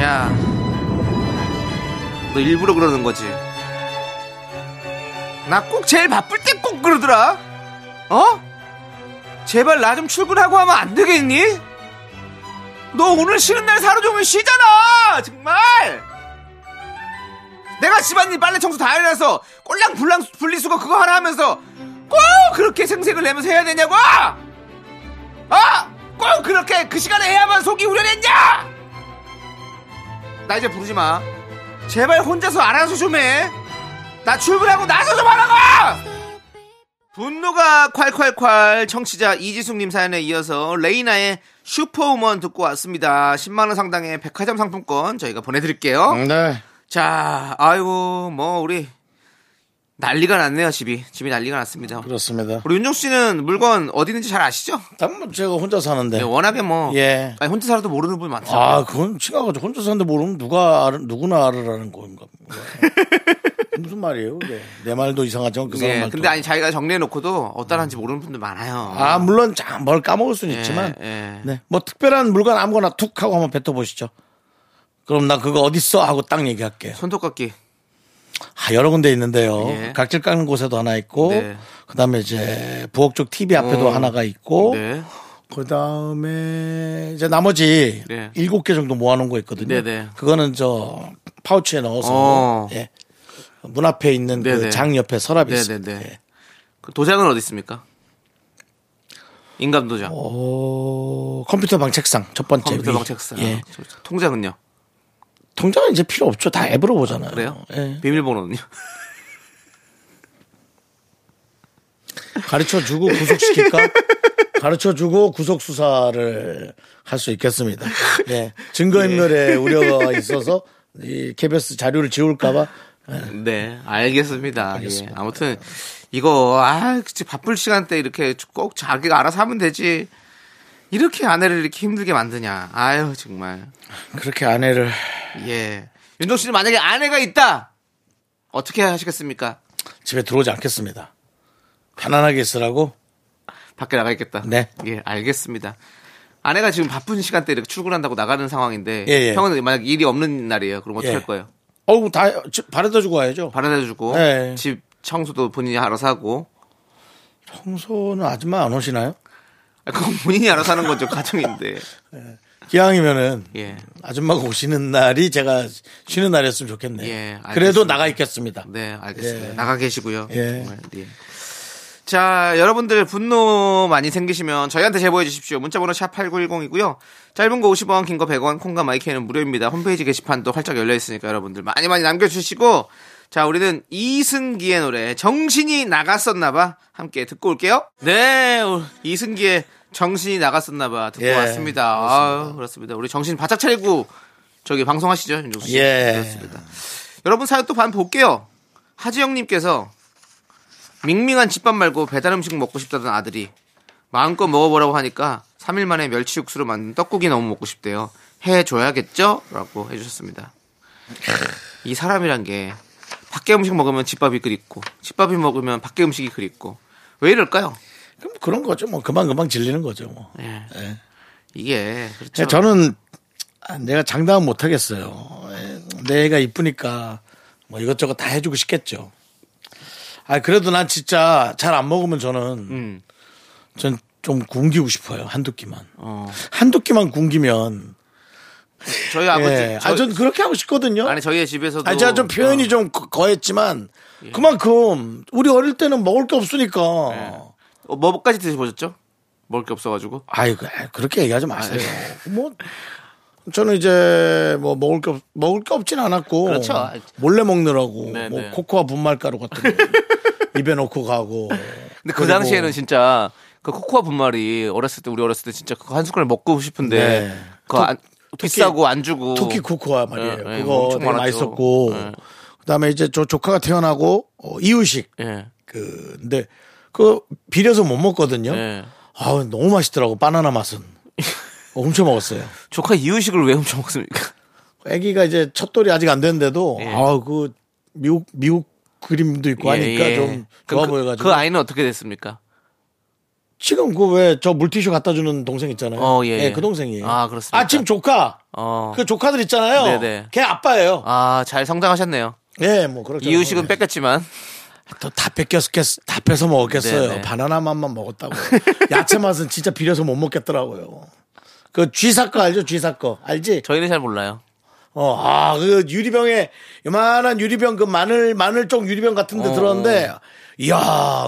B: 야, 너 일부러 그러는 거지? 나 꼭 제일 바쁠 때 꼭 그러더라. 어? 제발 나 좀 출근하고 하면 안 되겠니? 너 오늘 쉬는 날 하루 종일 쉬잖아. 정말. 내가 집안일 빨래 청소 다 해놔서 꼴랑 불랑 분리수거 그거 하나 하면서 꼭 그렇게 생색을 내면서 해야 되냐고? 아, 꼭 그렇게 그 시간에 해야만 속이 우려냈냐? 나 이제 부르지 마. 제발 혼자서 알아서 좀 해. 나 출근하고 나서 좀 하라고! 분노가 콸콸콸 청취자 이지숙님 사연에 이어서 레이나의 슈퍼우먼 듣고 왔습니다. 10만원 상당의 백화점 상품권 저희가 보내드릴게요.
A: 네.
B: 자, 아이고, 뭐, 우리 난리가 났네요, 집이. 집이 난리가 났습니다.
A: 그렇습니다
B: 우리 윤종 씨는 물건 어디 있는지 잘 아시죠?
A: 난 제가 혼자 사는데
B: 네, 워낙에 뭐,
A: 예.
B: 아니, 혼자 살아도 모르는 분 많죠.
A: 아, 그건 친하고 혼자 사는데 모르면 누가 알, 누구나 알으라는 건가? 무슨 말이에요? 그게? 내 말도 이상하죠. 그 사람
B: 예,
A: 말도. 음.
B: 근데 아니 자기가 정리해놓고도 어떠한지 모르는 분들 많아요.
A: 아, 물론 자, 뭘 까먹을 수는 있지만,
B: 예.
A: 네, 뭐 특별한 물건 아무거나 툭 하고 한번 뱉어보시죠. 그럼 나 그거 어디 있어 하고 딱 얘기할게요.
B: 손톱깎이.
A: 아, 여러 군데 있는데요.
B: 예.
A: 각질 깎는 곳에도 하나 있고,
B: 네.
A: 그다음에 이제 부엌 쪽 TV 앞에도
B: 어.
A: 하나가 있고,
B: 네.
A: 그 다음에 이제 나머지
B: 네.
A: 일곱 개 정도 모아놓은 거 있거든요.
B: 네네.
A: 그거는 저 파우치에 넣어서
B: 어.
A: 예. 문 앞에 있는
B: 네네.
A: 그 장 옆에 서랍이
B: 네네네.
A: 있습니다. 예.
B: 그 도장은 어디 있습니까? 인감 도장.
A: 어, 컴퓨터 방 책상 첫 번째.
B: 컴퓨터
A: 위.
B: 방 책상.
A: 예.
B: 통장은요?
A: 통장은 이제 필요 없죠. 다 앱으로 보잖아요.
B: 그래요?
A: 예.
B: 비밀번호는요?
A: 가르쳐 주고 구속시킬까? 가르쳐 주고 구속 수사를 할 수 있겠습니다. 예. 증거인멸의 우려가 있어서 이 KBS 자료를 지울까봐
B: 네, 알겠습니다. 예, 아무튼 이거 아, 그치 바쁠 시간대 이렇게 꼭 자기가 알아서 하면 되지. 이렇게 아내를 이렇게 힘들게 만드냐. 아유, 정말.
A: 그렇게 아내를
B: 예. 윤종 씨는 만약에 아내가 있다. 어떻게 하시겠습니까?
A: 집에 들어오지 않겠습니다. 편안하게 있으라고.
B: 밖에 나가 있겠다.
A: 네.
B: 예, 알겠습니다. 아내가 지금 바쁜 시간대 이렇게 출근한다고 나가는 상황인데
A: 예, 예.
B: 형은 만약 일이 없는 날이에요. 그럼 어떻게
A: 예.
B: 할 거예요?
A: 어우 다 바래다 주고 와야죠. 아,
B: 바라다 주고
A: 예.
B: 집 청소도 본인이 알아서 하고
A: 청소는 아줌마 안 오시나요?
B: 아, 그건 본인이 알아서 하는 건좀 가정인데.
A: 기왕이면은
B: 예.
A: 아줌마가 오시는 날이 제가 쉬는 날이었으면 좋겠네요.
B: 예, 알겠습니다.
A: 그래도 나가 있겠습니다.
B: 네, 알겠습니다.
A: 예.
B: 나가 계시고요.
A: 예.
B: 정말, 예. 자, 여러분들 분노 많이 생기시면 저희한테 제보해 주십시오. 문자번호 샵 8910이고요. 짧은 거 50원, 긴 거 100원, 콩과 마이크는 무료입니다. 홈페이지 게시판도 활짝 열려 있으니까 여러분들 많이 많이 남겨주시고 자, 우리는 이승기의 노래 정신이 나갔었나봐 함께 듣고 올게요. 네, 우- 이승기의 정신이 나갔었나봐 듣고
A: 예,
B: 왔습니다. 그렇습니다. 아 그렇습니다. 우리 정신 바짝 차리고 저기 방송하시죠, 윤종수 씨.
A: 예.
B: 그렇습니다. 여러분 사연 또 반 볼게요. 하지영님께서 밍밍한 집밥 말고 배달 음식 먹고 싶다던 아들이 마음껏 먹어보라고 하니까 3일 만에 멸치 육수로 만든 떡국이 너무 먹고 싶대요. 해줘야겠죠? 라고 해주셨습니다. 이 사람이란 게 밖에 음식 먹으면 집밥이 그립고 집밥이 먹으면 밖에 음식이 그립고 왜 이럴까요?
A: 그럼 그런 거죠. 뭐 금방 금방 질리는 거죠. 뭐.
B: 예.
A: 예.
B: 이게 그렇죠.
A: 예, 저는 아, 내가 장담은 못 하겠어요. 예, 내 애가 이쁘니까 뭐 이것저것 다 해주고 싶겠죠. 아 그래도 난 진짜 잘 안 먹으면 저는
B: 음.
A: 전 좀 굶기고 싶어요. 한두 끼만.
B: 어.
A: 한두 끼만 굶기면
B: 저희 아버지
A: 예.
B: 저,
A: 아, 전 그렇게 하고 싶거든요.
B: 아니 저희 집에서도 어. 예.
A: 아, 제가 좀 표현이 좀 거- 거했지만 그만큼 우리 어릴 때는 먹을 게 없으니까.
B: 어, 뭐까지 드셔보셨죠? 먹을 게 없어가지고
A: 아이고 그렇게 얘기하지 마세요. 뭐 저는 이제 뭐 먹을 게 없, 먹을 게 없진 않았고
B: 그렇죠.
A: 몰래 먹느라고
B: 네,
A: 뭐
B: 네.
A: 코코아 분말가루 같은 거 입에 넣고 가고.
B: 근데 그 당시에는 진짜 그 코코아 분말이 어렸을 때 우리 어렸을 때 진짜 그거 한 숟갈 먹고 싶은데
A: 네.
B: 그거 안, 비싸고 안 주고
A: 토끼 코코아 말이에요.
B: 예, 예,
A: 그거
B: 뭐 엄청
A: 되게
B: 많았죠.
A: 맛있었고
B: 예.
A: 그다음에 이제 저 조카가 태어나고 어, 이유식
B: 예.
A: 그 근데 그 비려서 못 먹거든요.
B: 예.
A: 아 너무 맛있더라고 바나나 맛은. 엄청 먹었어요.
B: 조카 이유식을 왜 훔쳐 먹습니까?
A: 아기가 이제 첫돌이 아직 안 됐는데도 아그 미국 미국 그림도 있고 하니까
B: 예. 예, 예.
A: 좀
B: 그럼
A: 좋아
B: 그-
A: 보여가지고
B: 그 아이는 어떻게 됐습니까?
A: 지금 그 왜 저 물티슈 갖다 주는 동생 있잖아요.
B: 어, 예, 예.
A: 그 동생이.
B: 아, 그렇습니까?
A: 아 지금 조카.
B: 어.
A: 그 조카들 있잖아요.
B: 네네.
A: 걔 아빠예요.
B: 아, 잘 성장하셨네요.
A: 예, 뭐 그렇죠.
B: 이유식은 뺐겠지만.
A: 또다 뺏겼 다 뺏어 먹었겠어요.
B: 네네.
A: 바나나 맛만 먹었다고. 야채 맛은 진짜 비려서 못 먹겠더라고요. 그 쥐사 거 알죠? 쥐사 거 알지?
B: 저희는 잘 몰라요.
A: 어, 아, 그 유리병에 요만한 유리병 그 마늘 마늘 쪽 유리병 같은데
B: 어.
A: 들었는데, 이야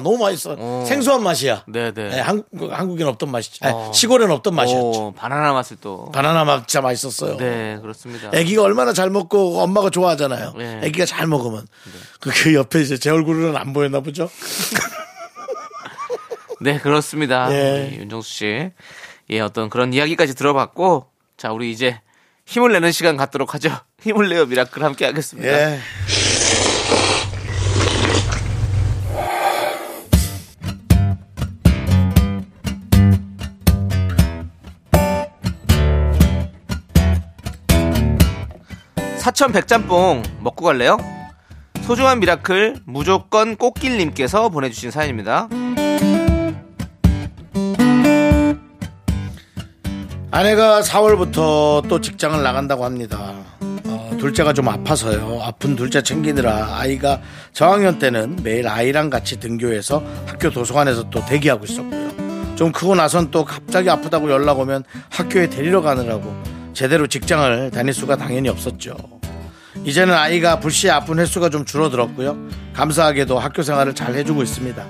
A: 너무 맛있어.
B: 어.
A: 생소한 맛이야.
B: 네네.
A: 예, 한국 한국엔 없던 맛이지. 아니,
B: 어.
A: 시골엔 없던 맛이었죠.
B: 오, 바나나 맛을 또.
A: 바나나 맛 진짜 맛있었어요.
B: 네, 그렇습니다.
A: 아기가 얼마나 잘 먹고 엄마가 좋아하잖아요.
B: 네.
A: 아기가 잘 먹으면 그, 그 옆에 이제 제 얼굴은 안 보였나 보죠.
B: 네, 그렇습니다.
A: 예.
B: 우리 윤정수 씨. 예, 어떤 그런 이야기까지 들어봤고, 자, 우리 이제 힘을 내는 시간 갖도록 하죠. 힘을 내요, 미라클 함께 하겠습니다.
A: 예.
B: 사천 백짬뽕 먹고 갈래요? 소중한 미라클 무조건 꽃길님께서 보내주신 사연입니다.
A: 아내가 4월부터 또 직장을 나간다고 합니다. 어, 둘째가 좀 아파서요. 아픈 둘째 챙기느라 아이가 저학년 때는 매일 아이랑 같이 등교해서 학교 도서관에서 또 대기하고 있었고요. 좀 크고 나선 또 갑자기 아프다고 연락 오면 학교에 데리러 가느라고 제대로 직장을 다닐 수가 당연히 없었죠. 이제는 아이가 불시에 아픈 횟수가 좀 줄어들었고요. 감사하게도 학교 생활을 잘 해주고 있습니다.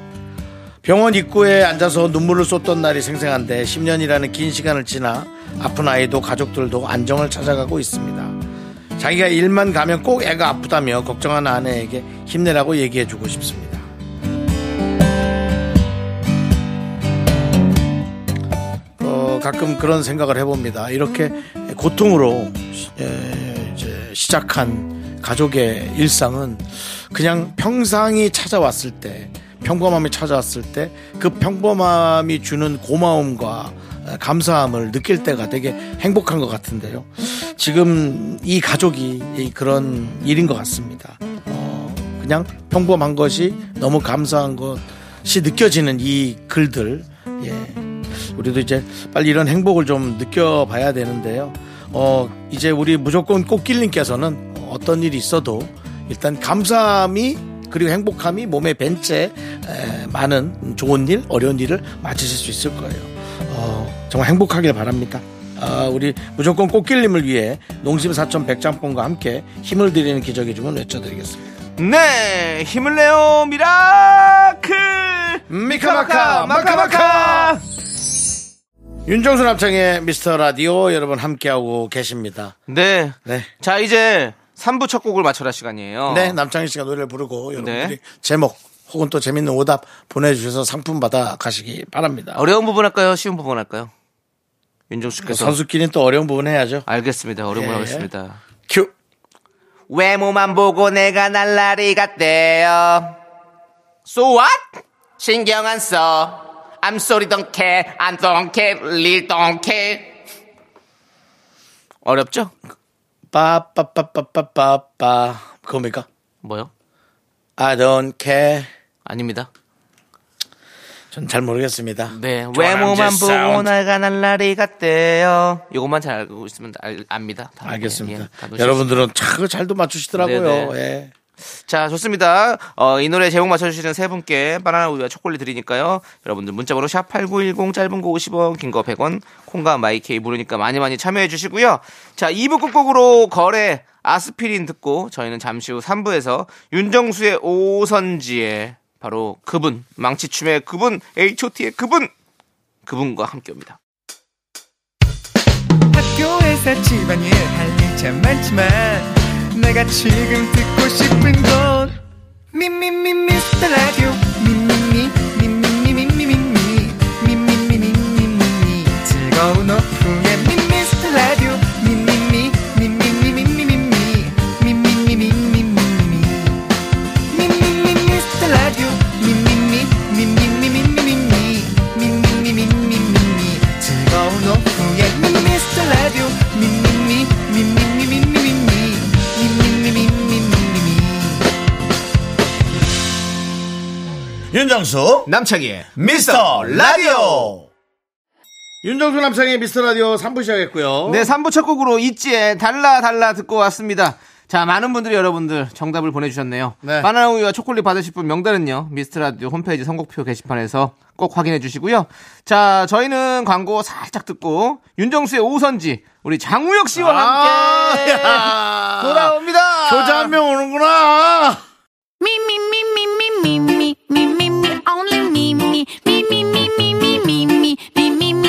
A: 병원 입구에 앉아서 눈물을 쏟던 날이 생생한데 10년이라는 긴 시간을 지나 아픈 아이도 가족들도 안정을 찾아가고 있습니다. 자기가 일만 가면 꼭 애가 아프다며 걱정하는 아내에게 힘내라고 얘기해주고 싶습니다. 어, 가끔 그런 생각을 해봅니다. 이렇게 고통으로 시- 에, 이제 시작한 가족의 일상은 그냥 평상이 찾아왔을 때, 평범함이 찾아왔을 때 그 평범함이 주는 고마움과 에, 감사함을 느낄 때가 되게 행복한 것 같은데요. 지금 이 가족이 이 그런 일인 것 같습니다. 어, 그냥 평범한 것이 너무 감사한 것이 느껴지는 이 글들. 예. 우리도 이제 빨리 이런 행복을 좀 느껴봐야 되는데요. 어, 이제 우리 무조건 꽃길님께서는 어떤 일이 있어도 일단 감사함이 그리고 행복함이 몸에 밴채 에, 많은 좋은 일, 어려운 일을 맞으실 수 있을 거예요. 어, 정말 행복하길 바랍니다. 아, 우리 무조건 꽃길님을 위해 농심 사천 백짬뽕과 함께 힘을 드리는 기적의 주문 외쳐드리겠습니다.
B: 네, 힘을 내요, 미라클!
A: 미카마카 마카마카 윤정수 남창의 미스터 라디오 여러분 함께하고 계십니다.
B: 네.
A: 네.
B: 자, 이제 3부 첫 곡을 맞춰라 시간이에요.
A: 네 남창희 씨가 노래를 부르고 여러분들이
B: 어. 네.
A: 제목 혹은 또 재밌는 오답 보내주셔서 상품 받아 가시기 바랍니다.
B: 어려운 부분 할까요? 쉬운 부분 할까요? 윤종수께서.
A: 그 선수끼리는 또 어려운 부분 해야죠.
B: 알겠습니다. 어려운
A: 예.
B: 부분 하겠습니다.
A: 큐.
B: 외모만 보고 내가 날라리 같대요. So what? 신경 안 써. I'm sorry, don't care. I don't care. Really don't care. 어렵죠?
A: 빠빠빠빠빠빠빠 그겁니까?
B: 뭐요?
A: I don't care.
B: 아닙니다.
A: 전 잘 모르겠습니다.
B: 네,
A: 조남지
B: 외모만 보고
A: 사운드.
B: 내가 날라리 같대요. 요것만 잘 알고 있으면 알, 압니다. 다음에.
A: 알겠습니다.
B: 예, 다 놓으실
A: 여러분들은 참그 잘도 맞추시더라고요.
B: 네네.
A: 예.
B: 자, 좋습니다. 어, 이 노래 제목 맞춰주시는 세 분께 바나나 우유와 초콜릿 드리니까요. 여러분들 문자번호 샵8910 짧은 거 50원, 긴 거 100원, 콩과 마이케이 무료니까 많이 많이 참여해 주시고요. 자, 2부 끝곡으로 거래 아스피린 듣고 저희는 잠시 후 3부에서 윤정수의 오선지에 바로 그분, 망치춤의 그분, H.O.T의 그분, 그분과 함께 옵니다.
F: 학교에서 집안일 할 일 참 많지만 내가 지금 듣고 싶은 건 미미미 미스터 라디오 미미미 미미미 미미미 미미미 미미미 즐거운 오후에 미스터 라디오 미미미 미미미 미미미 미미미 미미미 즐거운 오후에 미스터 라디오 미미미 미미미 미미미
A: 예.
G: 윤정수
B: 남창희의
G: 미스터 라디오
A: 윤정수 남창의 미스터 라디오 3부 시작했고요.
B: 네, 3부 첫 곡으로 있지의 달라 달라 듣고 왔습니다. 자, 많은 분들이 여러분들 정답을 보내주셨네요.
A: 네.
B: 바나나 우유와 초콜릿 받으실 분 명단은요. 미스트라디오 홈페이지 선곡표 게시판에서 꼭 확인해 주시고요. 자, 저희는 광고 살짝 듣고 윤정수의 오선지 우리 장우혁 씨와
A: 아,
B: 함께
A: 야.
B: 돌아옵니다.
A: 교자 한 명 오는구나.
E: Me, me, me, me, me, me, me, me, me, me, only me, me, me, me, me, me, me, me, me, me, me, me,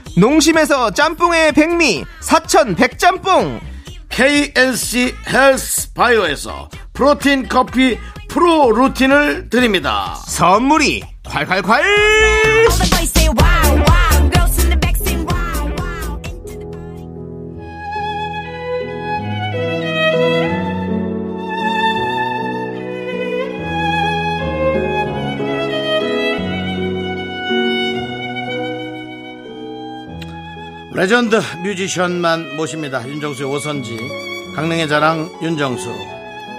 B: 농심에서 짬뽕의 백미 사천 백짬뽕
A: KNC 헬스 바이오에서 프로틴 커피 프로 루틴을 드립니다
B: 선물이 콸콸콸
E: All the boys say wow, wow. Girls in the back say wow, wow. Into the party.
A: 레전드 뮤지션만 모십니다 윤정수의 오선지 강릉의 자랑 윤정수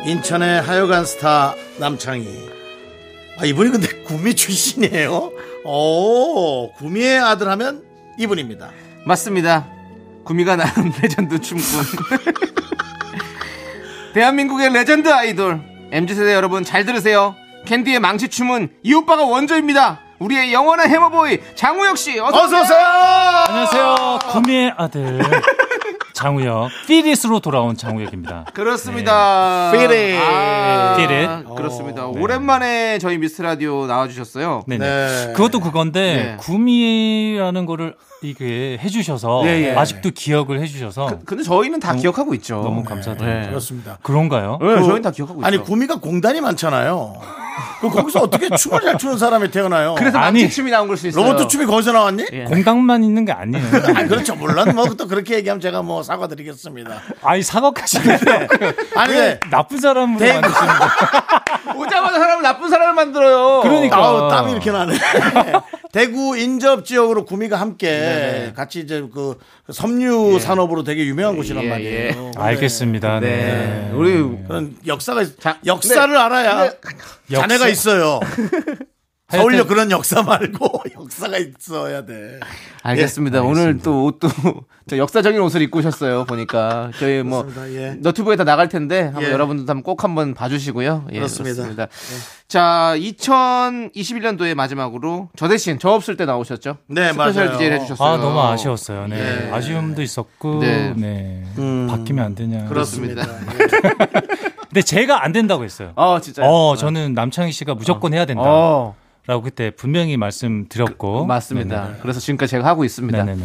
A: 인천의 하여간 스타 남창희 아, 이분이 근데 구미 출신이에요 오 구미의 아들 하면 이분입니다
B: 맞습니다 구미가 나는 레전드 춤꾼 대한민국의 레전드 아이돌 MZ세대 여러분 잘 들으세요 캔디의 망치춤은 이 오빠가 원조입니다 우리의 영원한 해머보이 장우혁씨 어서
A: 어서 오세요
H: 안녕하세요. 구미의 아들 장우혁 피리스로 돌아온 장우혁입니다.
B: 그렇습니다
H: 네.
A: 삐리.
B: 아,
H: 삐리.
B: 그렇습니다 오랜만에 저희 미스트라디오 나와주셨어요
H: 어, 네. 네네.
A: 네.
H: 그것도 그건데
B: 네.
H: 구미라는 거를 이게 해주셔서
B: 예, 그- 예.
H: 아직도 기억을 해주셔서
B: 근데 저희는 다 기억하고 있죠
H: 너무 감사드립니다. 네.
A: 그렇습니다
H: 그런가요?
B: 네, 저희는 다 기억하고 있죠
A: 아니 구미가 공단이 많잖아요. 그 거기서 어떻게 춤을 잘 추는 사람이 태어나요?
B: 그래서 예.
H: 아니.
B: 망치춤이 나온 걸 수 있어요.
A: 로봇 춤이 거기서 나왔니?
H: 공당만 있는 게 아니에요.
A: 아니 그렇죠 물론 뭐 또 그렇게 얘기하면 제가 뭐 사과드리겠습니다.
H: 아니 사과까지는
B: 네.
A: 아니 근데
H: 나쁜 사람으로
A: 대-
H: 만드시는 거.
B: 오자마자 사람을 나쁜 사람을 만들어요.
H: 그러니까.
A: 아우 땀이 이렇게 나네. 대구 인접 지역으로 구미가 함께 같이 이제 그 섬유 산업으로 되게 유명한 곳이란
B: 예,
A: 말이에요.
H: 알겠습니다. 네.
B: 네. 우리
A: 그런 역사가 있-
B: 자,
A: 역사를 알아야 자네가
H: 역사-
A: 있어요.
H: 하여튼-
A: 서울역 그런 역사 말고 역사가 있어야 돼.
B: 아, 알겠습니다. 오늘 또 옷도 저 역사적인 옷을 입고 오셨어요. 보니까 저희 뭐
A: 그렇습니다. 예.
B: 너튜브에 다 나갈 텐데 한번
A: 예.
B: 여러분들도 한번 꼭 한번 봐주시고요. 예,
A: 그렇습니다.
B: 그렇습니다. 자, 2021년도에 마지막으로 저 대신 저 없을 때 나오셨죠?
A: 네,
B: 스페셜
A: 맞아요.
B: 디제이 해주셨어요.
H: 아 너무 아쉬웠어요. 네.
A: 예.
H: 아쉬움도 있었고
B: 네. 음.
H: 네. 바뀌면 안 되냐.
B: 그렇습니다.
A: 예.
H: 근데 제가 안 된다고 했어요.
B: 어, 진짜.
H: 어, 저는 남창희 씨가
B: 아.
H: 무조건 해야 된다라고 그때 분명히 말씀드렸고.
B: 맞습니다. 어. 그래서 지금까지 제가 하고 있습니다.
H: 네네네.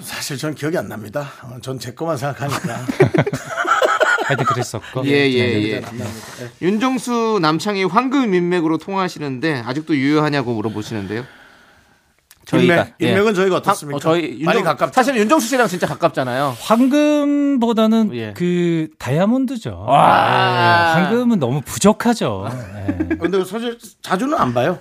A: 사실 전 기억이 안 납니다. 어, 전 제 것만 생각하니까.
H: 하여튼 그랬었고. 네.
B: 예, 예, 예. 윤종수 남창희 황금 민맥으로 통하시는데 아직도 유효하냐고 물어보시는데요.
A: 인맥, 인맥은 저희가 어떻습니까?
B: 어, 저희
A: 많이
B: 윤정-
A: 가깝죠.
B: 사실 윤정수 씨랑 진짜 가깝잖아요.
H: 황금보다는
B: 예.
H: 그 다이아몬드죠.
B: 아.
H: 예, 황금은 너무 부족하죠. 예.
A: 어, 근데 사실 자주는 안 봐요.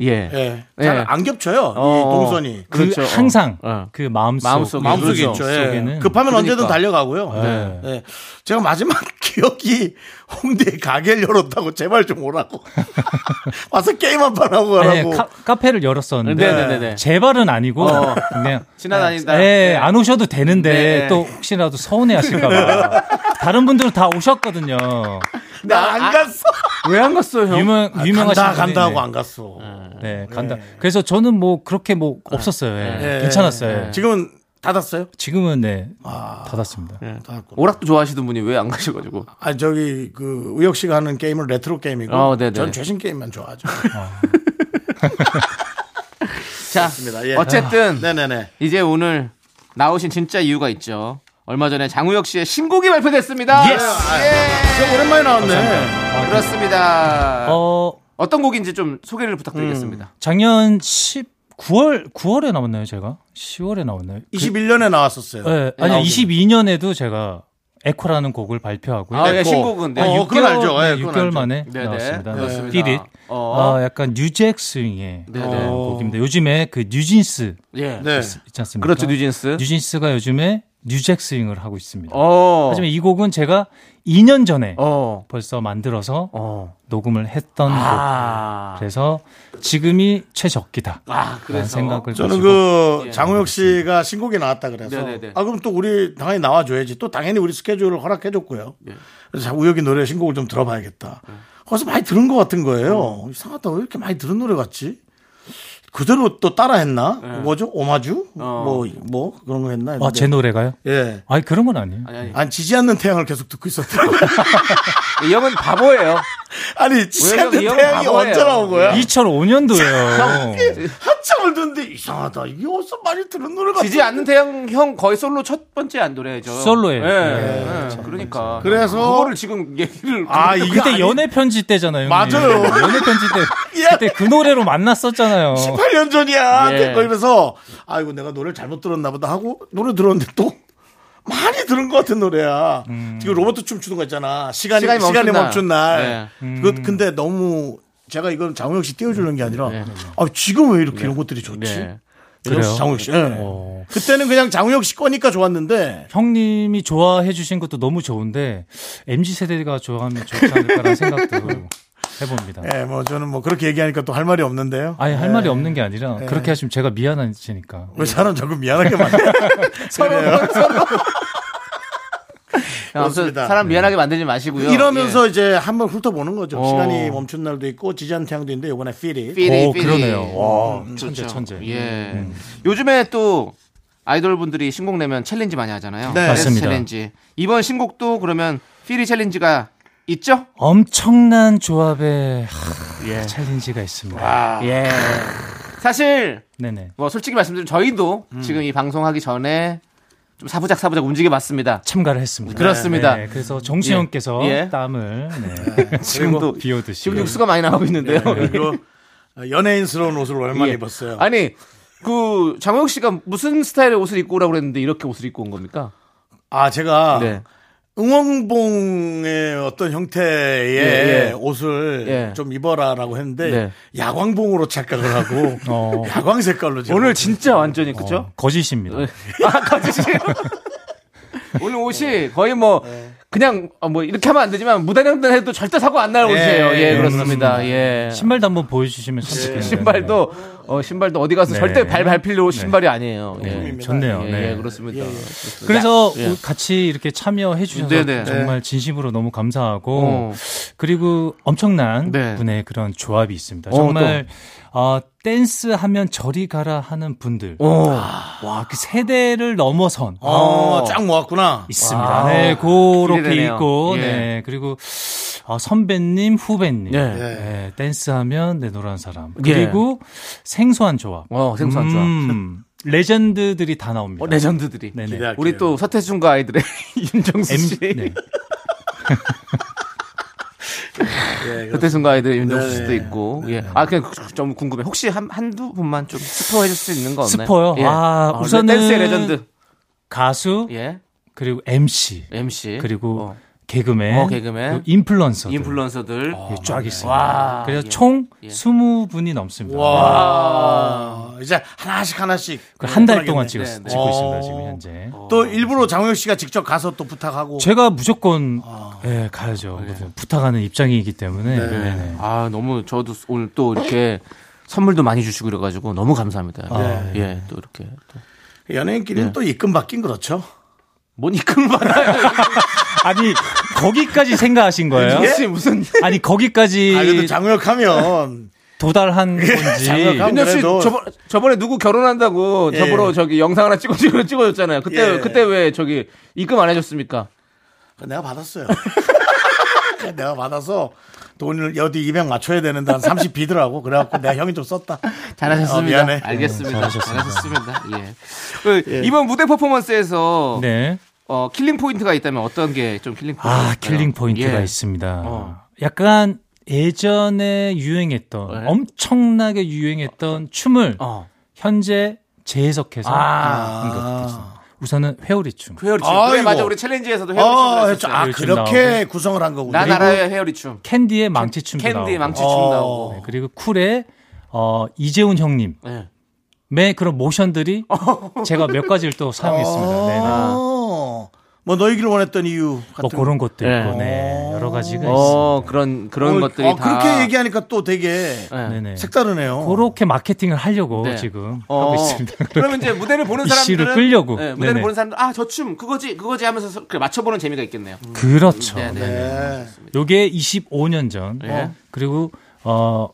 B: 예.
A: 예.
B: 예.
A: 잘 안 겹쳐요. 이
B: 어.
A: 동선이.
H: 그
B: 그렇죠.
H: 항상
B: 어.
H: 그 마음속
B: 마음속에.
A: 마음속에
B: 그렇죠.
A: 있죠. 예.
H: 속에는.
A: 급하면 언제든
B: 그러니까.
A: 달려가고요.
H: 네.
A: 예. 제가 마지막 기억이 홍대 가게를 열었다고 제발 좀 오라고. 와서 게임 한 판 하고
H: 아니,
A: 가라고.
H: 네, 카, 카페를 열었었는데
B: 네네네네. 네.
H: 제발은 아니고
B: 어.
H: 그냥
B: 지나다니다.
H: 예, 안 오셔도 되는데
B: 네.
H: 또 혹시라도 서운해하실까봐 다른 분들은 다 오셨거든요.
A: 나 안 갔어.
B: 왜 안 갔어요, 형?
H: 유명 유명하신
A: 간다,
H: 분이, 네.
A: 간다 하고 안 갔어.
H: 네, 간다. 그래서 저는 뭐 그렇게 뭐 없었어요. 예.
A: 네.
H: 괜찮았어요. 예.
A: 지금은 닫았어요?
H: 지금은 네 닫았습니다.
B: 오락도 좋아하시던 분이 왜 안 가셔가지고.
A: 아 저기 그 우혁 씨가 하는 게임은 레트로 게임이고
B: 어, 네네.
A: 전 최신 게임만 좋아하죠.
B: 자,
A: 예.
B: 어쨌든
A: 네네네.
B: 이제 오늘 나오신 진짜 이유가 있죠. 얼마 전에 장우혁 씨의 신곡이 발표됐습니다.
H: 예스.
B: 예.
A: 오랜만에 나왔네.
B: 그렇습니다.
H: 어
B: 어떤 곡인지 좀 소개를 부탁드리겠습니다.
H: 작년 19월 9월에 나왔나요 제가? 10월에 나왔나요?
A: 21년에 나왔었어요.
H: 그, 네, 아니 22년에도 제가 에코라는 곡을 발표하고요.
B: 아, 예,
A: 됐고.
B: 신곡은 네.
A: 어,
B: 육-
A: 그건 알죠. 예, 그건
H: 6개월
A: 알죠.
H: 만에
B: 네네.
H: 나왔습니다.
B: 그렇습니다.
H: 띠릿.
B: 어.
H: 아, 약간 뉴잭 스윙의
B: 네네. 어.
H: 네, 곡입니다. 요즘에 그 뉴진스
B: 예.
A: 네.
H: 있지 않습니까?
B: 그렇죠, 뉴진스.
H: 뉴진스가 요즘에 뉴잭 스윙을 하고 있습니다.
B: 어.
H: 하지만 이 곡은 제가 2년 전에
B: 어.
H: 벌써 만들어서
B: 어.
H: 녹음을 했던
B: 아.
H: 곡. 그래서 지금이 최적기다.
B: 아,
H: 그런
B: 그래서
H: 생각을
A: 저는
H: 가지고.
A: 그 장우혁 씨가 신곡이 나왔다 그래서
B: 예. 네네네.
A: 아 그럼 또 우리 당연히 나와줘야지 또 당연히 우리 스케줄을 허락해줬고요.
B: 예.
A: 그래서 장우혁이 노래 신곡을 좀 들어봐야겠다. 거기서 많이 들은 것 같은 거예요. 이상하다 왜 이렇게 많이 들은 노래 같지? 그대로 또 따라했나?
B: 예.
A: 뭐죠? 오마주?
B: 어.
A: 뭐, 뭐 그런 거 했나?
H: 아,
A: 했는데.
H: 제 노래가요?
A: 예.
H: 아니 그런 건 아니에요.
B: 아니 아니.
A: 안 지지 않는 태양을 계속 듣고 있었더라고.
B: 이 형은 바보예요.
A: 아니 지지
B: 왜요?
A: 않는
B: 이 형은
A: 태양이
B: 바보예요.
A: 언제 나온 거야?
H: 2005년도예요.
A: 한참을 듣는데 이상하다. 이게 어디서 많이 들은 노래 같지?
B: 지지 않는 태양 형 거의 솔로 첫 번째 안 노래죠.
H: 솔로예요.
B: 예.
H: 예,
B: 예, 그러니까.
A: 그래서-
B: 그거를 지금 얘기를
A: 아 이게
H: 그때
A: 아니-
H: 연애 편지 때잖아요. 형님.
A: 맞아요. 예.
H: 연애 편지
A: 야.
H: 때 그때 그 노래로 만났었잖아요.
A: 18년 전이야.
B: 예.
A: 그래서 아이고 내가 노래를 잘못 들었나 보다 하고 노래 들었는데 또 많이 들은 것 같은 노래야. 지금 로버트 춤 추는 거 있잖아. 시간이
B: 시간이
A: 시간이,
B: 멈춘 날. 예.
A: 멈춘 날. 그 근데 너무 제가 이건 장우혁 씨 띄워주는 게 아니라
B: 예.
A: 아, 지금 왜 이렇게 이런 것들이 좋지?
B: 네.
A: 그래요.
H: 그래요?
A: 장우혁 씨. 예.
H: 어.
A: 그때는 그냥 장우혁 씨 거니까 좋았는데
H: 형님이 좋아해 주신 것도 너무 좋은데 mz 세대가 좋아하면 좋지 않을까라는 생각도 해봅니다.
A: 예, 뭐 저는 뭐 그렇게 얘기하니까 또 할 말이 없는데요.
H: 아니 할 말이 없는 게
A: 예.
H: 아니라 그렇게 하시면 제가 미안해지니까.
A: 왜 사람 자꾸 미안하게 만드냐. 서로
B: 아무튼
A: 그렇습니다.
B: 사람 미안하게 만들지 마시고요. 예.
A: 이러면서 이제 한번 훑어보는 거죠.
B: 어.
A: 시간이 멈춘 날도 있고 지지 않는 태양도 있는데 요번에 필이 음.
B: 삐리,
H: 오,
B: 삐리.
H: 그러네요. 와, 음. 천재,
B: 그렇죠.
H: 천재.
B: 예. 요즘에 또 아이돌 분들이 신곡 내면 챌린지 많이 하잖아요. 네,
H: 맞습니다.
B: 챌린지. 이번 신곡도 그러면 피리 챌린지가 있죠?
H: 엄청난 조합의 하, 챌린지가 있습니다.
B: 예. 사실
H: 네네.
B: 뭐 솔직히 말씀드리면 저희도
H: 음.
B: 지금 이 방송하기 전에 좀 사부작 사부작 움직여봤습니다.
H: 참가를 했습니다.
B: 그렇습니다.
H: 네, 그래서 정수영께서
B: 예. 예.
H: 땀을 네.
B: 지금도
H: 비오듯이
B: 지금 육수가 많이 나오고 있는데요.
A: 네,
H: 네.
A: 그리고 연예인스러운 옷을 얼마나
B: 예.
A: 입었어요.
B: 아니 그 장호혁 씨가 무슨 스타일의 옷을 입고 오라고 그랬는데 이렇게 옷을 입고 온 겁니까?
A: 아 제가
B: 네.
A: 응원봉의 어떤 형태의
B: 예, 예.
A: 옷을
B: 예.
A: 좀 입어라라고 했는데
B: 네.
A: 야광봉으로 착각을 하고
H: 어.
A: 야광 색깔로 제가
B: 오늘 진짜 완전히 그쵸?
H: 어, 거짓입니다.
B: 아 거짓이 오늘 옷이 거의 뭐 그냥 어, 뭐 이렇게 하면 안 되지만 무단횡단 해도 절대 사고 안 날 옷이에요. 예,
A: 예,
B: 그렇습니다. 예.
H: 신발도 한번 보여주시면 참 네, 좋겠네요.
B: 신발도 어, 신발도 어디 가서
H: 네.
B: 절대 발 밟힐 신발이 아니에요. 예.
H: 네, 좋네요.
B: 예,
H: 네.
B: 예, 그렇습니다. 예.
H: 그래서 우- 같이 이렇게 참여해 주셔서
B: 네네.
H: 정말 진심으로 너무 감사하고
B: 어.
H: 그리고 엄청난
B: 네.
H: 분의 그런 조합이 있습니다.
B: 어,
H: 정말 어, 댄스 하면 저리 가라 하는 분들
B: 어. 아,
H: 와, 그 세대를 넘어선
A: 어, 쫙 모았구나.
H: 있습니다. 네, 그렇게
B: 기대되네요.
H: 있고,
B: 예.
H: 네, 그리고 어, 선배님, 후배님,
B: 예.
H: 네, 댄스하면 내 노란 사람,
B: 예.
H: 그리고 생소한 조합,
B: 어, 생소한
H: 음, 레전드들이 다 나옵니다.
B: 어, 레전드들이.
H: 네네.
A: 기대할게요.
B: 우리 또 서태순과 아이들의 윤정수 씨.
H: M- 네.
A: 예,
B: 서태순과 아이들의 윤정수 씨도
A: 네.
B: 있고. 예. 아, 그냥 그- 좀 궁금해. 혹시 한, 한두 분만 좀 스포 해줄 수 있는 거 없나요?
H: 스포요? 아,
B: 어,
H: 우선은-
B: 댄스의 레전드.
H: 가수,
B: 예.
H: 그리고 MC,
B: MC.
H: 그리고
B: 어,
H: 개그맨,
B: 어, 개그맨.
H: 그리고 인플루언서들
B: 인플루언서들.
H: 예, 쫙 있습니다.
B: 와.
H: 그래서
B: 예.
H: 총 20분이 넘습니다.
B: 아.
A: 와 이제 하나씩 하나씩
B: 그
H: 그 한 달 동안
A: 끊어야겠네.
H: 찍었,
B: 네, 네.
H: 찍고
A: 어.
H: 있습니다, 지금 현재.
A: 또 일부러 장우혁 씨가 직접 가서 또 부탁하고
H: 제가 무조건 예, 가야죠. 부탁하는 입장이기 때문에. 네네.
B: 아, 너무 저도 오늘 또 이렇게 선물도 많이 주시고 그래가지고 너무 감사합니다.
H: 아,
B: 예. 예, 또 이렇게. 또.
H: 네.
A: 연예인끼리는 또 입금 받긴 그렇죠.
B: 뭔 이끌 받아요.
H: 아니 거기까지 생각하신 거예요?
B: 혹시 무슨.
H: 아니
A: 아 그래도
H: 거기까지
A: 장우혁 하면
H: 도달한 건지
A: 장혁하고-
B: 윤정 씨
A: 그래도-
B: 저번, 저번에 누구 결혼한다고
A: 예.
B: 저보러 저기 영상 하나 찍어 찍어 찍어줬잖아요. 그때
A: 예.
B: 그때 왜 저기 입금 안 해줬습니까?
A: 내가 받았어요. 내가 받아서 돈을 어디 200 맞춰야 되는데 한 30 비더라고. 그래갖고 내가 형이 좀 썼다.
B: 잘하셨습니다.
A: 어, 미안해.
B: 아, 알겠습니다.
H: 잘하셨습니다.
B: 잘하셨습니다. 예. 그 이번 무대 퍼포먼스에서
H: 네.
B: 어, 킬링 포인트가 있다면 어떤 게 좀 킬링 포인트?
H: 아 킬링 포인트가 있습니다.
B: 예. 어.
H: 약간 예전에 유행했던
B: 네.
H: 엄청나게 유행했던 춤을
B: 어.
H: 현재 재해석해서
B: 아.
H: 한 것들이죠. 우선은 회오리 춤.
B: 회오리 춤.
A: 아이고.
B: 그래, 맞아. 우리 챌린지에서도 회오리
A: 아,
B: 춤을
A: 했죠.
B: 했었죠.
A: 아,
H: 요즘
A: 그렇게
H: 나오고.
A: 구성을 한 거군요.
B: 난 알아요, 회오리 춤.
H: 캔디의 망치 춤도
B: 캔디
H: 나오고.
B: 망치 춤
A: 어.
B: 나오고.
H: 네, 그리고 쿨의 어, 이재훈 형님의
B: 네.
H: 그런 모션들이
B: 어.
H: 제가 몇 가지를 또 사용했습니다. 네, 네.
A: 어, 뭐 너이길 원했던 이유
H: 뭐
A: 같은
H: 그런 것도
B: 네.
H: 있고, 네. 여러 가지가 있습니다.
B: 어, 그런, 그런
A: 어,
B: 것들이
A: 어,
B: 다.
A: 그렇게 얘기하니까 또 되게
B: 네.
H: 네네.
A: 색다르네요.
H: 그렇게 마케팅을 하려고 지금
B: 어,
H: 하고 있습니다.
B: 그러면 이제 무대를 보는
H: 이슈를
B: 사람들은
H: 끌려고.
B: 네, 무대를
H: 네네.
B: 보는 사람들 아 저 춤 그거지 그거지 하면서 서- 그 맞춰보는 재미가 있겠네요.
H: 그렇죠.
B: 네, 네.
A: 네.
H: 요게 25년 전
A: 예.
B: 네.
H: 그리고 어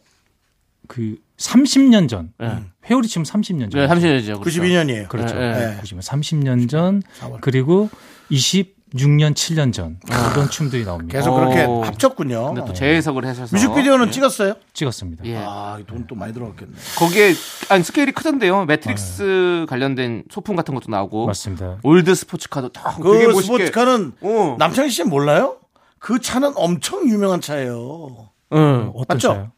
H: 그 30년 전
B: 네.
H: 회오리 치면 30년 전.
B: 30년이죠.
A: 예. 92년이에요.
H: 그렇죠.
B: 네,
A: 네.
H: 90년 30년 전 그리고 26년 7년 전 그런 춤들이 나옵니다.
A: 아.
H: 어,
A: 계속 그렇게
B: 오.
A: 합쳤군요. 네.
B: 근데 또 재해석을 하셔서
A: 뮤직비디오는 찍었어요?
H: 찍었습니다.
B: 예.
A: 아, 돈 또 많이 들어갔겠네.
B: 거기에 아니 스케일이 크던데요. 매트릭스 관련된 소품 같은 것도 나오고
H: 맞습니다.
B: 올드 스포츠카도 딱 되게
A: 그
B: 멋있게.
A: 스포츠카는
B: 어.
A: 남창희 씨는 몰라요? 그 차는 엄청 유명한 차예요.
B: 응.
H: 어떤
A: 맞죠?
H: 차요?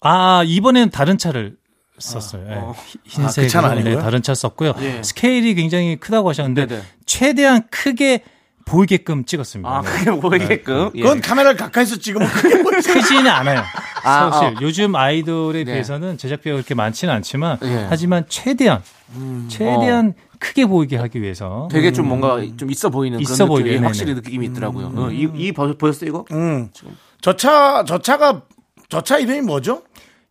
H: 아 이번에는 다른 차를 썼어요. 예. 흰색
A: 아, 그차는 아니고요?
H: 다른 차 썼고요.
B: 예.
H: 스케일이 굉장히 크다고 하셨는데
B: 네네.
H: 최대한 크게 보이게끔 찍었습니다.
B: 아
H: 네.
B: 그게 뭐이게끔.
A: 그건 카메라를 가까이서 찍으면 그게 뭐지?
H: 크지는 않아요.
B: 아,
H: 사실 요즘 아이돌에
B: 네.
H: 비해서는 제작비가 그렇게 많지는 않지만
B: 예.
H: 하지만 최대한 최대한 크게 보이게 하기 위해서
B: 되게 좀 뭔가 좀 있어 보이는
H: 있어
B: 그런
H: 보이게,
B: 느낌이
H: 네네.
B: 확실히 느낌이 있더라고요. 어, 이, 이 보- 보였어요 이거?
A: 음. 저 차, 저 차가, 저 차 이름이 뭐죠?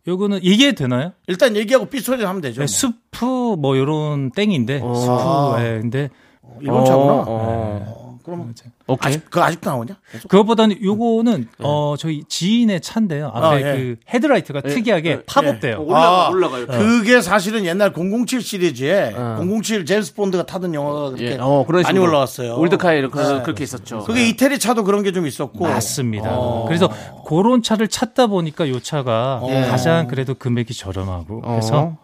H: 요거는 얘기해도 되나요?
A: 일단 얘기하고 삐소리를 하면 되죠.
H: 네, 수프 뭐 요런 땡인데 수프 예, 근데
A: 뭐. 일본 차구나. 네.
B: 어, 어.
A: 그러면
B: 오케이.
A: 아직, 그거 아직도 나오냐?
H: 그거보다는 요거는 어 저희 지인의 차인데요. 앞에
A: 아, 예.
H: 그 헤드라이트가 특이하게 팝업돼요.
B: 올라가
A: 아,
B: 올라가요.
A: 그게 사실은 옛날 007 시리즈에
H: 어.
A: 007 제임스 본드가 타던 영화가 그렇게
B: 예, 어, 그런
A: 많이
B: 식으로.
A: 올라왔어요. 네.
B: 올드카에 이렇게 그렇게 있었죠. 예.
A: 그게 이태리 차도 그런 게 좀 있었고.
H: 네. 맞습니다. 그래서 그런 차를 찾다 보니까 요 차가
B: 예.
H: 가장 그래도 금액이 저렴하고 그래서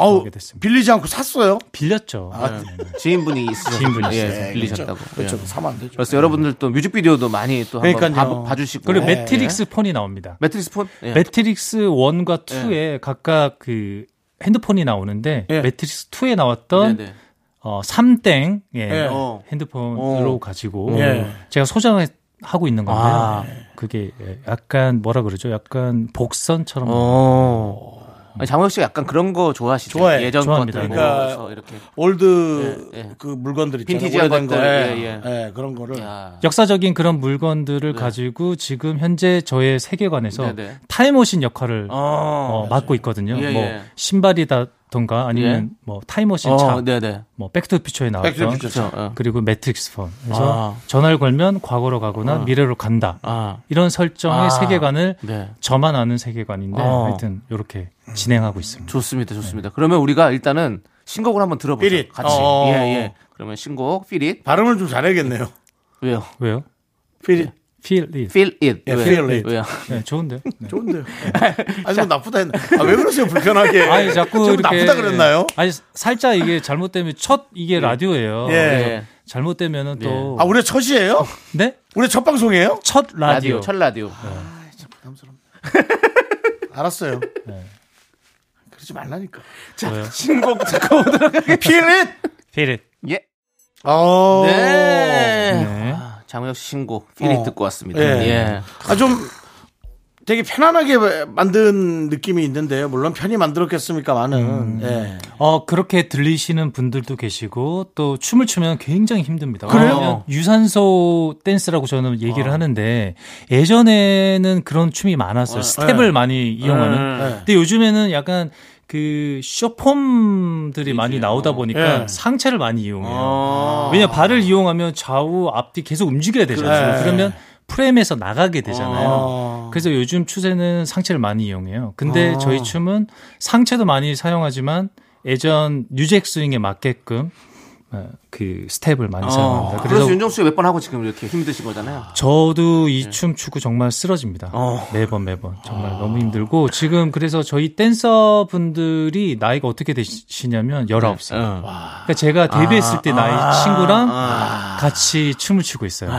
A: 아우,
H: 그렇게 됐습니다.
A: 빌리지 않고 샀어요.
H: 빌렸죠.
B: 아,
H: 네.
B: 지인분이 있으셨죠.
H: 지인분이
B: 예,
H: 있어요.
B: 빌리셨다고. 그
A: 그렇죠. 사면 안 되죠.
B: 래서 여러분들 또 뮤직비디오도 많이 또 한번
A: 그러니까요.
B: 봐, 봐주시고.
H: 그리고
B: 예.
H: 매트릭스 폰이 나옵니다.
B: 매트릭스 폰? 예.
H: 매트릭스 1과 2에 각각 그 핸드폰이 나오는데
A: 예.
H: 매트릭스 2에 나왔던
B: 네네.
H: 어, 3땡 예,
A: 예.
B: 어.
H: 핸드폰으로
B: 어.
H: 가지고
A: 예.
H: 제가 소장을 하고 있는 건데요.
B: 아.
H: 그게 예, 약간 뭐라 그러죠? 약간 복선처럼
B: 어. 아니, 장호혁 씨가 약간 그런 거 좋아하시죠?
A: 좋아해요.
B: 예전
H: 좋아합니다.
B: 것들
A: 그러니까
B: 모아서 이렇게.
A: 올드
B: 예, 예.
A: 그 물건들 있잖아요.
B: 빈티지한
A: 오래된
B: 것들,
A: 거.
B: 예,
A: 예, 그런 거를.
B: 야.
H: 역사적인 그런 물건들을 가지고 지금 현재 저의 세계관에서
B: 네. 네네.
H: 타임머신 역할을
B: 어.
H: 어, 맡고 있거든요.
B: 예,
H: 뭐
B: 예.
H: 신발이다던가 아니면 뭐 타임머신 차,
B: 어, 네네.
H: 뭐 백투피처에 나왔던
B: 그렇죠. 어.
H: 그리고 매트릭스 폰. 그래서
B: 아.
H: 전화를 걸면 과거로 가거나 미래로 간다.
B: 아.
H: 이런 설정의
B: 아.
H: 세계관을
B: 네.
H: 저만 아는 세계관인데
B: 어.
H: 하여튼 이렇게 진행하고 있습니다.
B: 좋습니다, 좋습니다. 그러면 우리가 일단은 신곡을 한번 들어보죠.
A: Feel it.
B: 같이.
A: 어.
B: 예, 예. 그러면 신곡 Feel It
A: 발음을 좀 잘해야겠네요. 예.
B: 왜요?
H: 왜요?
A: 필
H: Feel it.
B: Feel It
A: 예,
B: 왜요?
A: Feel It.
B: 왜요?
H: 네, 좋은데요? 네.
A: 좋은데요. 아니, 뭐 나쁘다 했나? 아, 왜 그러세요? 불편하게.
H: 아니 자꾸
A: 좀
H: 이렇게 예.
A: 나쁘다 그랬나요?
H: 아니 살짝 이게 잘못되면 첫 이게 라디오예요.
A: 예.
H: 그래서 잘못되면은 또
A: 아, 우리 첫이에요?
H: 네?
A: 우리 첫 방송이에요?
H: 첫 라디오.
B: 라디오, 첫 라디오.
H: 아.
A: 알았어요.
H: 네.
A: 그러지 말라니까.
B: 신곡 듣고 오도록
A: 필릿!
H: Feel it.
B: 예.
H: 아.
A: 어.
B: 네.
H: 네.
B: 아, 장우혁 씨 신곡 필이
A: 어.
B: 듣고 왔습니다.
A: 예.
B: 예.
A: 아, 좀 되게 편안하게 만든 느낌이 있는데, 많은 편히 만들었겠습니까만은. 예.
H: 어 그렇게 들리시는 분들도 계시고 또 춤을 추면 굉장히 힘듭니다.
B: 그래요?
H: 왜냐면 유산소 댄스라고 저는 얘기를 하는데 예전에는 그런 춤이 많았어요. 스텝을 많이
A: 예,
H: 이용하는.
B: 음.
H: 근데 요즘에는 약간 그 쇼폼들이 많이 나오다 보니까
A: 예. 어.
H: 상체를 많이 이용해요.
B: 아.
H: 왜냐 발을 이용하면 좌우 앞뒤 계속 움직여야 되잖아요.
A: 그렇죠.
H: 그러면 프레임에서 나가게 되잖아요.
A: 어.
H: 그래서 요즘 추세는 상체를 많이 이용해요. 근데
B: 아.
H: 저희 춤은 상체도 많이 사용하지만 예전 뉴잭 스윙에 맞게끔 어, 그 스텝을 많이 사용합니다.
B: 아, 어. 그래서,
H: 그래서
B: 윤정수 씨몇번 하고 지금 이렇게 힘드신 거잖아요.
H: 저도 이 춤 추고 정말 쓰러집니다.
B: 어. 아.
H: 매번 매번 정말 너무 힘들고 지금 그래서 저희 댄서 분들이 나이가 어떻게 되시냐면 19살.
B: 네. 아. 아.
H: 그러니까 제가 데뷔했을 때 나이 친구랑 같이 춤을 추고 있어요.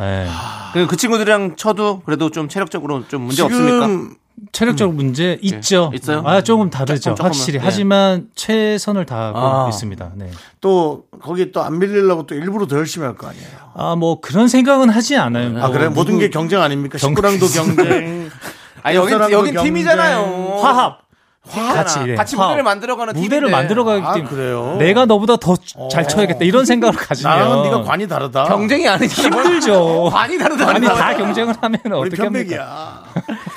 H: 예.
B: 그, 그 친구들이랑 쳐도 그래도 좀 체력적으로 좀 문제 없습니까?
A: 지금
H: 체력적
A: 음. 예.
H: 문제 있죠.
B: 있어요?
H: 아 조금 다르죠.
B: 조금, 조금은.
H: 확실히.
B: 예.
H: 하지만 최선을 다하고
B: 아.
H: 있습니다. 네.
A: 또 거기 또 안 밀리려고 또 일부러 더 열심히 할 거 아니에요.
H: 아 뭐 그런 생각은 하지 않아요. 뭐
A: 아 그래 요 모든 게 경쟁 아닙니까? 식구랑도 경쟁.
B: 아, 여긴,
A: 사람도
B: 여긴
A: 경쟁.
B: 팀이잖아요.
H: 그 화합.
B: 팀이잖아.
H: 같이, 예,
B: 같이
H: 화합.
B: 무대를 만들어가는
H: 무대를
B: 팀인데.
H: 만들어가기
A: 아,
H: 때문에
A: 그래요? 어.
H: 내가 너보다 더 잘 쳐야겠다 이런 생각을 가지면
A: 나랑 네가 관이 다르다.
B: 경쟁이 아니지
H: 힘들죠.
B: 많이 다르다.
H: 아니 다 경쟁을 하면
A: 우리
H: 어떻게 합니까?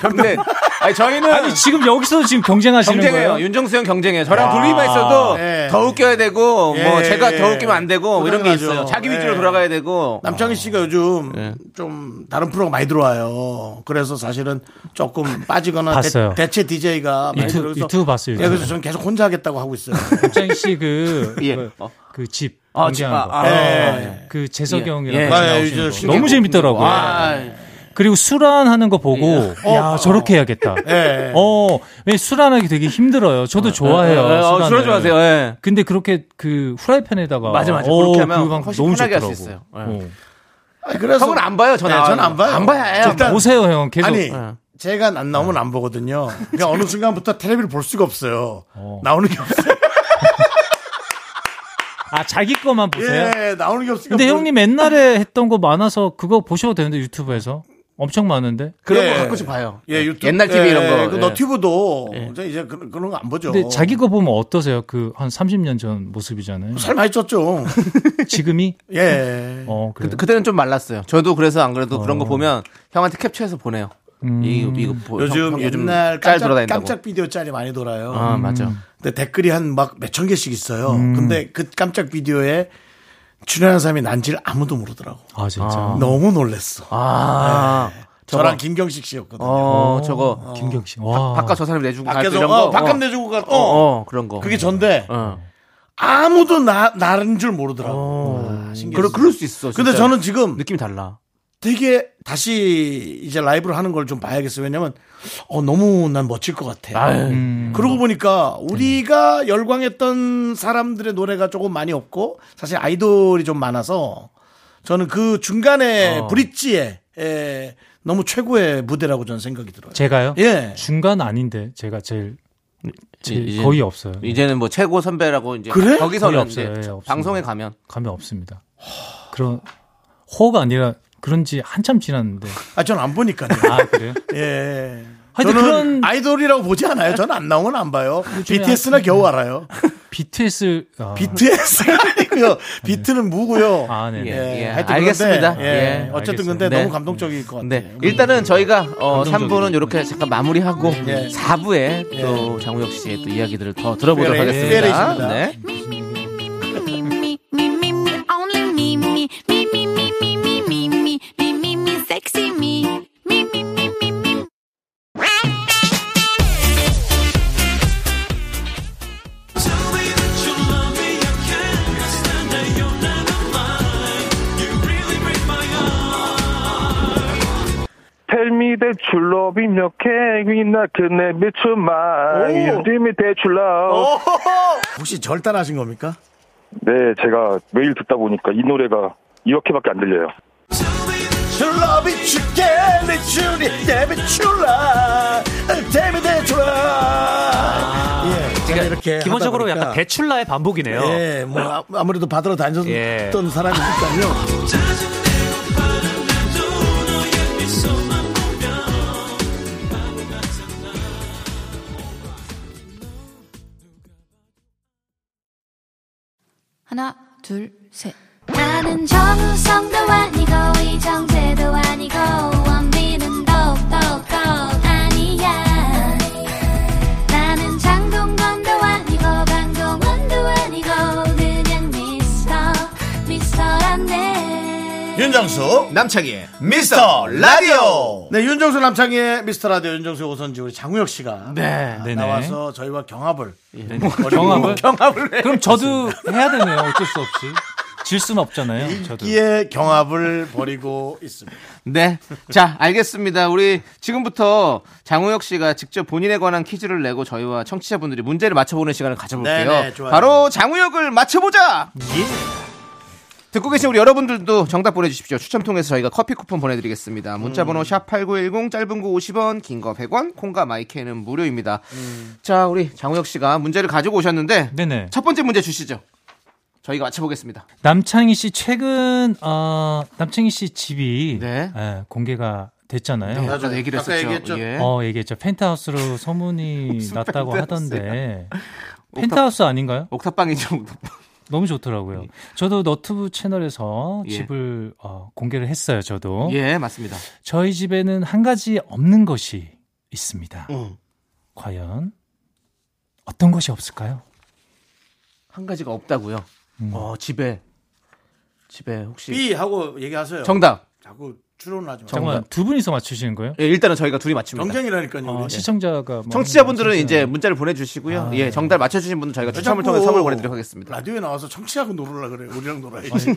A: 편백이야.
B: 근데 아니 저희는
H: 아니 지금 여기서 지금 경쟁하시는
B: 경쟁해요.
H: 거예요?
B: 윤정수 형 경쟁해요. 저랑 둘이만 있어도
A: 아. 예.
B: 더 웃겨야 되고
A: 예,
B: 뭐 제가
A: 예.
B: 더 웃기면 안 되고 뭐 이런 게 있어요.
A: 고생하죠.
B: 자기 위주로
A: 예.
B: 돌아가야 되고.
A: 남창희 씨가 요즘 좀 다른 프로가 많이 들어와요. 그래서 사실은 조금 빠지거나
H: 봤어요.
A: 대, 체 DJ가 많이
H: 유튜브-
A: 들어서
H: 유튜브 봤어요,
A: 예, 그래서
H: 유튜브.
A: 저는 계속 혼자 하겠다고 하고 있어요.
H: 김창희 씨그
B: 예.
H: 그,
B: 어.
H: 그 집.
B: 아,
H: 공개한
B: 집,
H: 거.
B: 아, 아.
A: 예.
H: 그 재석
B: 예.
H: 형이랑
B: 예.
H: 같이
A: 아, 예,
H: 나오시는
A: 이제
H: 거.
A: 신기한
H: 너무 재밌더라고요.
B: 아,
H: 그리고 수란하는 거 보고
B: 예.
H: 야
B: 어.
H: 저렇게 해야겠다.
A: 예.
H: 어, 왜 수란하기 되게 힘들어요. 저도 좋아해요.
B: 예, 예, 어,
H: 수란을.
B: 술을 좋아하세요. 예.
H: 근데 그렇게 그 후라이팬에다가
B: 맞아, 맞아.
H: 어,
B: 그렇게 하면
H: 방법
B: 훨씬
H: 너무
B: 편하게 할수
H: 좋더라고.
B: 있어요. 예.
H: 어.
A: 아니, 그래서
B: 형은 안 봐요. 전
A: 네, 저는 안 봐요.
B: 안 봐요.
A: 일단
H: 보세요, 형. 계속 예.
A: 아니 제가 안 나오면 안 보거든요. 그러니까 어느 순간부터 텔레비를 볼 수가 없어요. 나오는 게 없어요.
H: 아 자기 거만 보세요.
A: 예, 나오는 게 없으니까.
H: 근데
A: 볼-
H: 형님 옛날에 했던 거 많아서 그거 보셔도 되는데 유튜브에서 엄청 많은데.
B: 그런
A: 예.
B: 거 가끔씩 봐요.
A: 예, 유튜브
B: 옛날 TV
A: 예,
B: 이런 거.
A: 그
B: 예.
A: 너튜브도 이제 이제 그런, 그런 거 안 보죠.
H: 근데 자기 거 보면 어떠세요? 그 한 30년 전 모습이잖아요.
A: 살 많이 쪘죠.
H: 지금이
A: 예.
H: 어 그래.
B: 그, 그때는 좀 말랐어요. 저도 그래서 안 그래도
H: 어.
B: 그런 거 보면 형한테 캡처해서 보내요.
H: 음.
B: 이, 이거 보-
A: 요즘
B: 형, 형
A: 뭐 옛날
B: 짤
A: 깜짝,
B: 돌아다닌다고.
A: 깜짝 비디오 짤이 많이 돌아요.
B: 아
H: 음.
B: 음. 맞아.
A: 근데 댓글이 한 막 몇 천 개씩 있어요. 근데 그 깜짝 비디오에 출연한 사람이 난지를 아무도 모르더라고.
H: 아 진짜.
A: 너무 놀랬어.
B: 아
A: 예. 저랑 김경식 씨였거든요.
B: 어 저거
H: 김경 씨. 와.
B: 바깥 저 사람이 내주고 갈때
A: 밖에서
B: 이런 거.
A: 어, 밥값 내주고 가. 어,
B: 어, 어, 그런 거.
A: 그게 전데
B: 어.
A: 아무도 나 나른 줄 모르더라고. 와,
B: 아, 그럴,
A: 신기했어요.
B: 그럴 수 있어.
A: 근데
B: 진짜.
A: 저는 지금
B: 느낌이 달라.
A: 되게 다시 이제 라이브를 하는 걸 좀 봐야겠어요. 왜냐면 어, 너무 난 멋질 것 같아.
H: 음.
A: 그러고 보니까
H: 네.
A: 우리가 열광했던 사람들의 노래가 조금 많이 없고 사실 아이돌이 좀 많아서 저는 그
H: 어.
A: 중간에 브릿지에 에, 너무 최고의 무대라고 저는 생각이 들어요.
H: 제가요?
A: 예.
H: 네. 중간 아닌데 제가 제일, 제일
B: 이제-
H: 거의 없어요.
B: 이제는 뭐 최고 선배라고 이제
A: 그래?
B: 거기서는
H: 거의
B: 이제
H: 없어요. 예, 없습니다.
B: 방송에 가면
H: 감이 없습니다. 그런 호가 아니라 그런지 한참 지났는데.
A: 아, 저는 안 보니까요.
H: 아 그래요?
A: 예.
H: 하여튼
A: 저는
H: 그런-
A: 아이돌이라고 보지 않아요. 저는 안 나오면 안 봐요. BTS나 겨우 알아요.
H: BTS 아,
A: BTS가 아니고요. 비트는 무고요.
H: 네. 아 네. 네
A: 예,
B: 예,
A: 하여튼
B: 알겠습니다.
A: 그런데,
B: 예,
A: 예, 어쨌든
H: 알겠습니다.
A: 근데
B: 네.
A: 너무 감동적일 것 같아요.
B: 네. 일단은 저희가 어 3부는 이렇게 잠깐 마무리하고
A: 예.
B: 4부에 또 장우혁 씨의 또 이야기들을 더 들어보도록
A: 특별히-
B: 하겠습니다.
A: 특별히십니다.
B: 네.
E: Me, me, me, me, me, me, me, me, me, me, only me, me, me, me, me, me, me, me, me, me, me, me, sexy me. Me, me, me, me, me.
I: Tell me that you love me, no can we not connect me to mine? You give me that you love.
A: 혹시 절 따라하신 겁니까?
I: 네, 제가 매일 듣다 보니까 이 노래가 이렇게밖에 안 들려요.
A: You love it, you can it, you need it, you love. Tell me that you love. 예, 제가 이렇게
J: 기본적으로
A: 하다 보니까,
J: 약간 대출라의 반복이네요.
A: 예, 뭐 아- 아무래도 받으러 다녔던
J: 예.
A: 사람이니까요.
E: 하나, 둘, 셋. 나는 정우성도 아니고, 이정재도 아니고, 원빈은 더욱더 아니야. 나는 장동건도 아니고, 강동원도 아니고, 그냥 미스터, 미스터란데.
A: 윤정수.
B: 남창희의
G: 미스터 라디오
A: 네, 윤정수 남창희의 미스터 라디오 윤정수 오선지 우리 장우혁 씨가 아,
B: 네.
H: 네
A: 나와서 저희와 경합을
H: 경합을
B: 경합을 해.
H: 그럼 저도 해야 되네요. 어쩔 수 없이 질 수는
A: 예.
H: 없잖아요. 저도.
A: 인기의 경합을 벌이고 있습니다.
B: 네. 자, 알겠습니다. 우리 지금부터 장우혁 씨가 직접 본인에 관한 퀴즈를 내고 저희와 청취자분들이 네, 문제를 맞춰보는 시간을 가져볼게요. 예.
A: 네네, 좋아요.
B: 바로 장우혁을 맞춰보자! 듣고 계신 우리 여러분들도 정답 보내주십시오. 추첨 통해서 저희가 커피 쿠폰 보내드리겠습니다. 문자번호 샵8910 짧은 거 50원, 긴 거 100원, 콩과 마이크는 무료입니다. 자, 우리 장우혁 씨가 문제를 가지고 오셨는데
H: 네네.
B: 첫 번째 문제 주시죠. 저희가 맞춰보겠습니다.
H: 남창희 씨 최근 어, 남창희 씨 집이
J: 네.
H: 예, 공개가 됐잖아요.
B: 네, 아까 얘기를 아까 했었죠. 얘기했죠. 예.
H: 어, 얘기했죠. 펜트하우스로 소문이
B: 무슨 뭐
H: 났다고 하던데
B: 펜트하우스야.
H: 펜트하우스 아닌가요?
B: 옥탑방이죠.
H: 너무 좋더라고요. 저도 너튜브 채널에서
B: 예.
H: 집을 어, 공개를 했어요. 저도.
B: 예, 맞습니다.
H: 저희 집에는 한 가지 없는 것이 있습니다.
B: 음.
H: 과연 어떤 것이 없을까요?
B: 한 가지가 없다고요.
H: 음.
B: 어, 집에 집에 혹시
A: B 하고 얘기하세요.
B: 예. 정답.
A: 자꾸 추론하지 마.
H: 잠깐만 두 분이서 맞추시는 거예요?
B: 예, 일단은 저희가 둘이 맞춥니다.
A: 경쟁이라니까요.
H: 어,
A: 우리.
H: 시청자가 뭐
B: 청취자분들은 이제 문자를 보내주시고요.
H: 아,
B: 예, 정답 맞춰주신 분들 저희가
A: 왜
B: 네, 추첨을
A: 자꾸
H: 뭐
B: 통해 선물 보내드리도록 하겠습니다.
A: 라디오에 나와서 청취하고 놀으려 그래. 우리랑 놀아야지.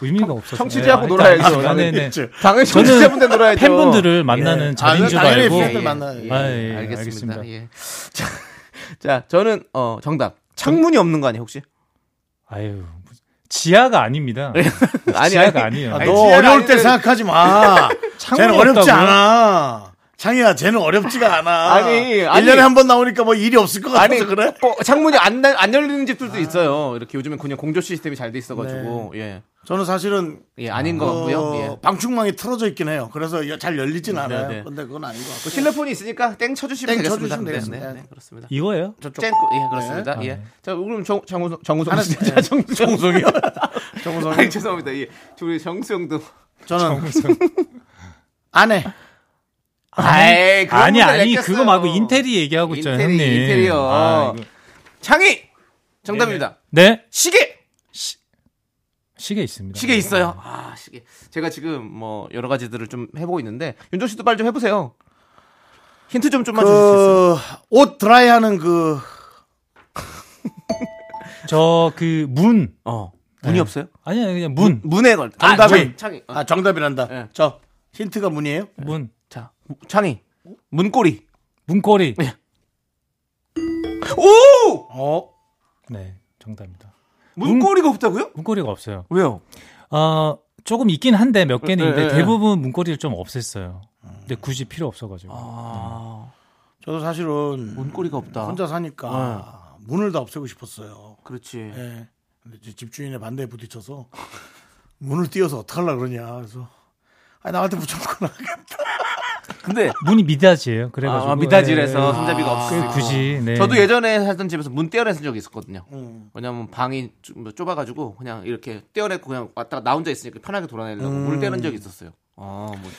H: 의미가 없어서 네.
B: 청취자하고 네. 놀아야죠.
H: 네네.
A: 그치.
B: 당연히 청취자분들 놀아야죠.
H: 팬분들을 만나는
A: 예.
H: 자리인
A: 아,
H: 줄
A: 당연히
H: 알고.
A: 팬들 만나요.
B: 예,
H: 아, 예, 예,
B: 알겠습니다.
H: 알겠습니다.
B: 예. 자, 자, 저는 어, 정답. 창문이 없는 거 아니에요, 혹시?
H: 아유, 지하가 아닙니다.
B: 예. 아니,
H: 지하가 아니,
B: 아니.
H: 에요
A: 아,
B: 아니,
A: 너
B: 지혜가
A: 어려울 때
B: 아니라-
A: 생각하지 마.
H: 창문이
A: 쟤는 어렵지
H: 없다고요?
A: 않아. 창희야, 쟤는 어렵지가 않아.
B: 아니, 아니.
A: 1년에 한 번 나오니까 뭐 일이 없을 것 같아서
B: 아니,
A: 그래?
B: 어, 창문이 안, 날- 안 열리는 집들도 있어요. 이렇게 요즘엔 그냥 공조 시스템이 잘 돼 있어가지고. 예.
A: 저는 사실은
B: 예, 아닌 것
A: 어,
B: 같고요. 예.
A: 방충망이 틀어져 있긴 해요. 그래서 여- 잘 열리진 않아요.
B: 네.
A: 근데 그건 아닌 것 같고.
B: 그 실내폰이 있으니까 땡 쳐주시면
A: 땡
B: 되겠습니다.
A: 쳐주시면
B: 네,
A: 되겠습니다.
B: 네, 네, 그렇습니다.
H: 이거예요?
A: 저쪽.
B: 쨍, 예, 그렇습니다.
H: 네.
B: 예.
H: 아, 네.
B: 자, 그럼 정, 정우성, 정우성
A: 하나,
B: 씨.
A: 네.
B: 정우성이요?
A: 정우성이.
B: 아니, 죄송합니다. 예. 저 우리 정수형도.
A: 저는 안 해.
B: 아이, 그런
H: 아니,
B: 분들
H: 아니,
B: 냈겠어요.
H: 그거 말고 인테리 얘기하고 있잖아요,
B: 인테리,
H: 형님.
B: 인테리어.
H: 아, 이거.
B: 창희! 정답입니다.
H: 네,
B: 시계!
H: 시계 있습니다.
B: 시계 있어요. 아, 시계. 제가 지금 뭐, 여러 가지들을 좀 해보고 있는데, 윤종 씨도 빨리 좀 해보세요. 힌트 좀 좀만 주실 수 있어요?
A: 그, 옷 드라이 하는 그,
H: 저 그 문.
B: 어. 문이
H: 네.
B: 없어요?
H: 아니요, 그냥 문.
B: 문에 걸.
A: 정답이-
B: 아, 창희. 창희. 어.
A: 아, 정답이란다.
B: 예.
A: 저, 힌트가 문이에요?
H: 문.
B: 자, 창희. 문고리.
H: 문고리.
B: 네. 오!
A: 어,
H: 네, 정답입니다.
B: 문고리가 없다고요?
H: 문고리가 없어요.
B: 왜요?
H: 어, 조금 있긴 한데 몇 개는
B: 네,
H: 있는데
B: 네, 네.
H: 대부분 문고리를 좀 없앴어요. 근데 굳이 필요 없어가지고.
B: 아,
A: 저도 사실은
B: 문고리가 없다.
A: 혼자 사니까 문을 다 없애고 싶었어요.
B: 그렇지.
A: 예. 근데 이제 집주인의 반대에 부딪혀서 문을 띄어서 어떡하려 그러냐. 그래서 아 나한테 붙여놓거나
B: 근데
H: 문이 미닫이에요. 그래가지고
B: 아, 미닫이라서 손잡이가 없을 수
H: 그
B: 있고.
H: 굳이 네.
B: 저도 예전에 살던 집에서 문 떼어낸 적이 있었거든요.
A: 음.
B: 왜냐면 방이 좀뭐 좁아가지고 그냥 이렇게 떼어내고 그냥 왔다가 나 혼자 있으니까 편하게 돌아내려고 문을 떼는 적이 있었어요. 아, 뭐.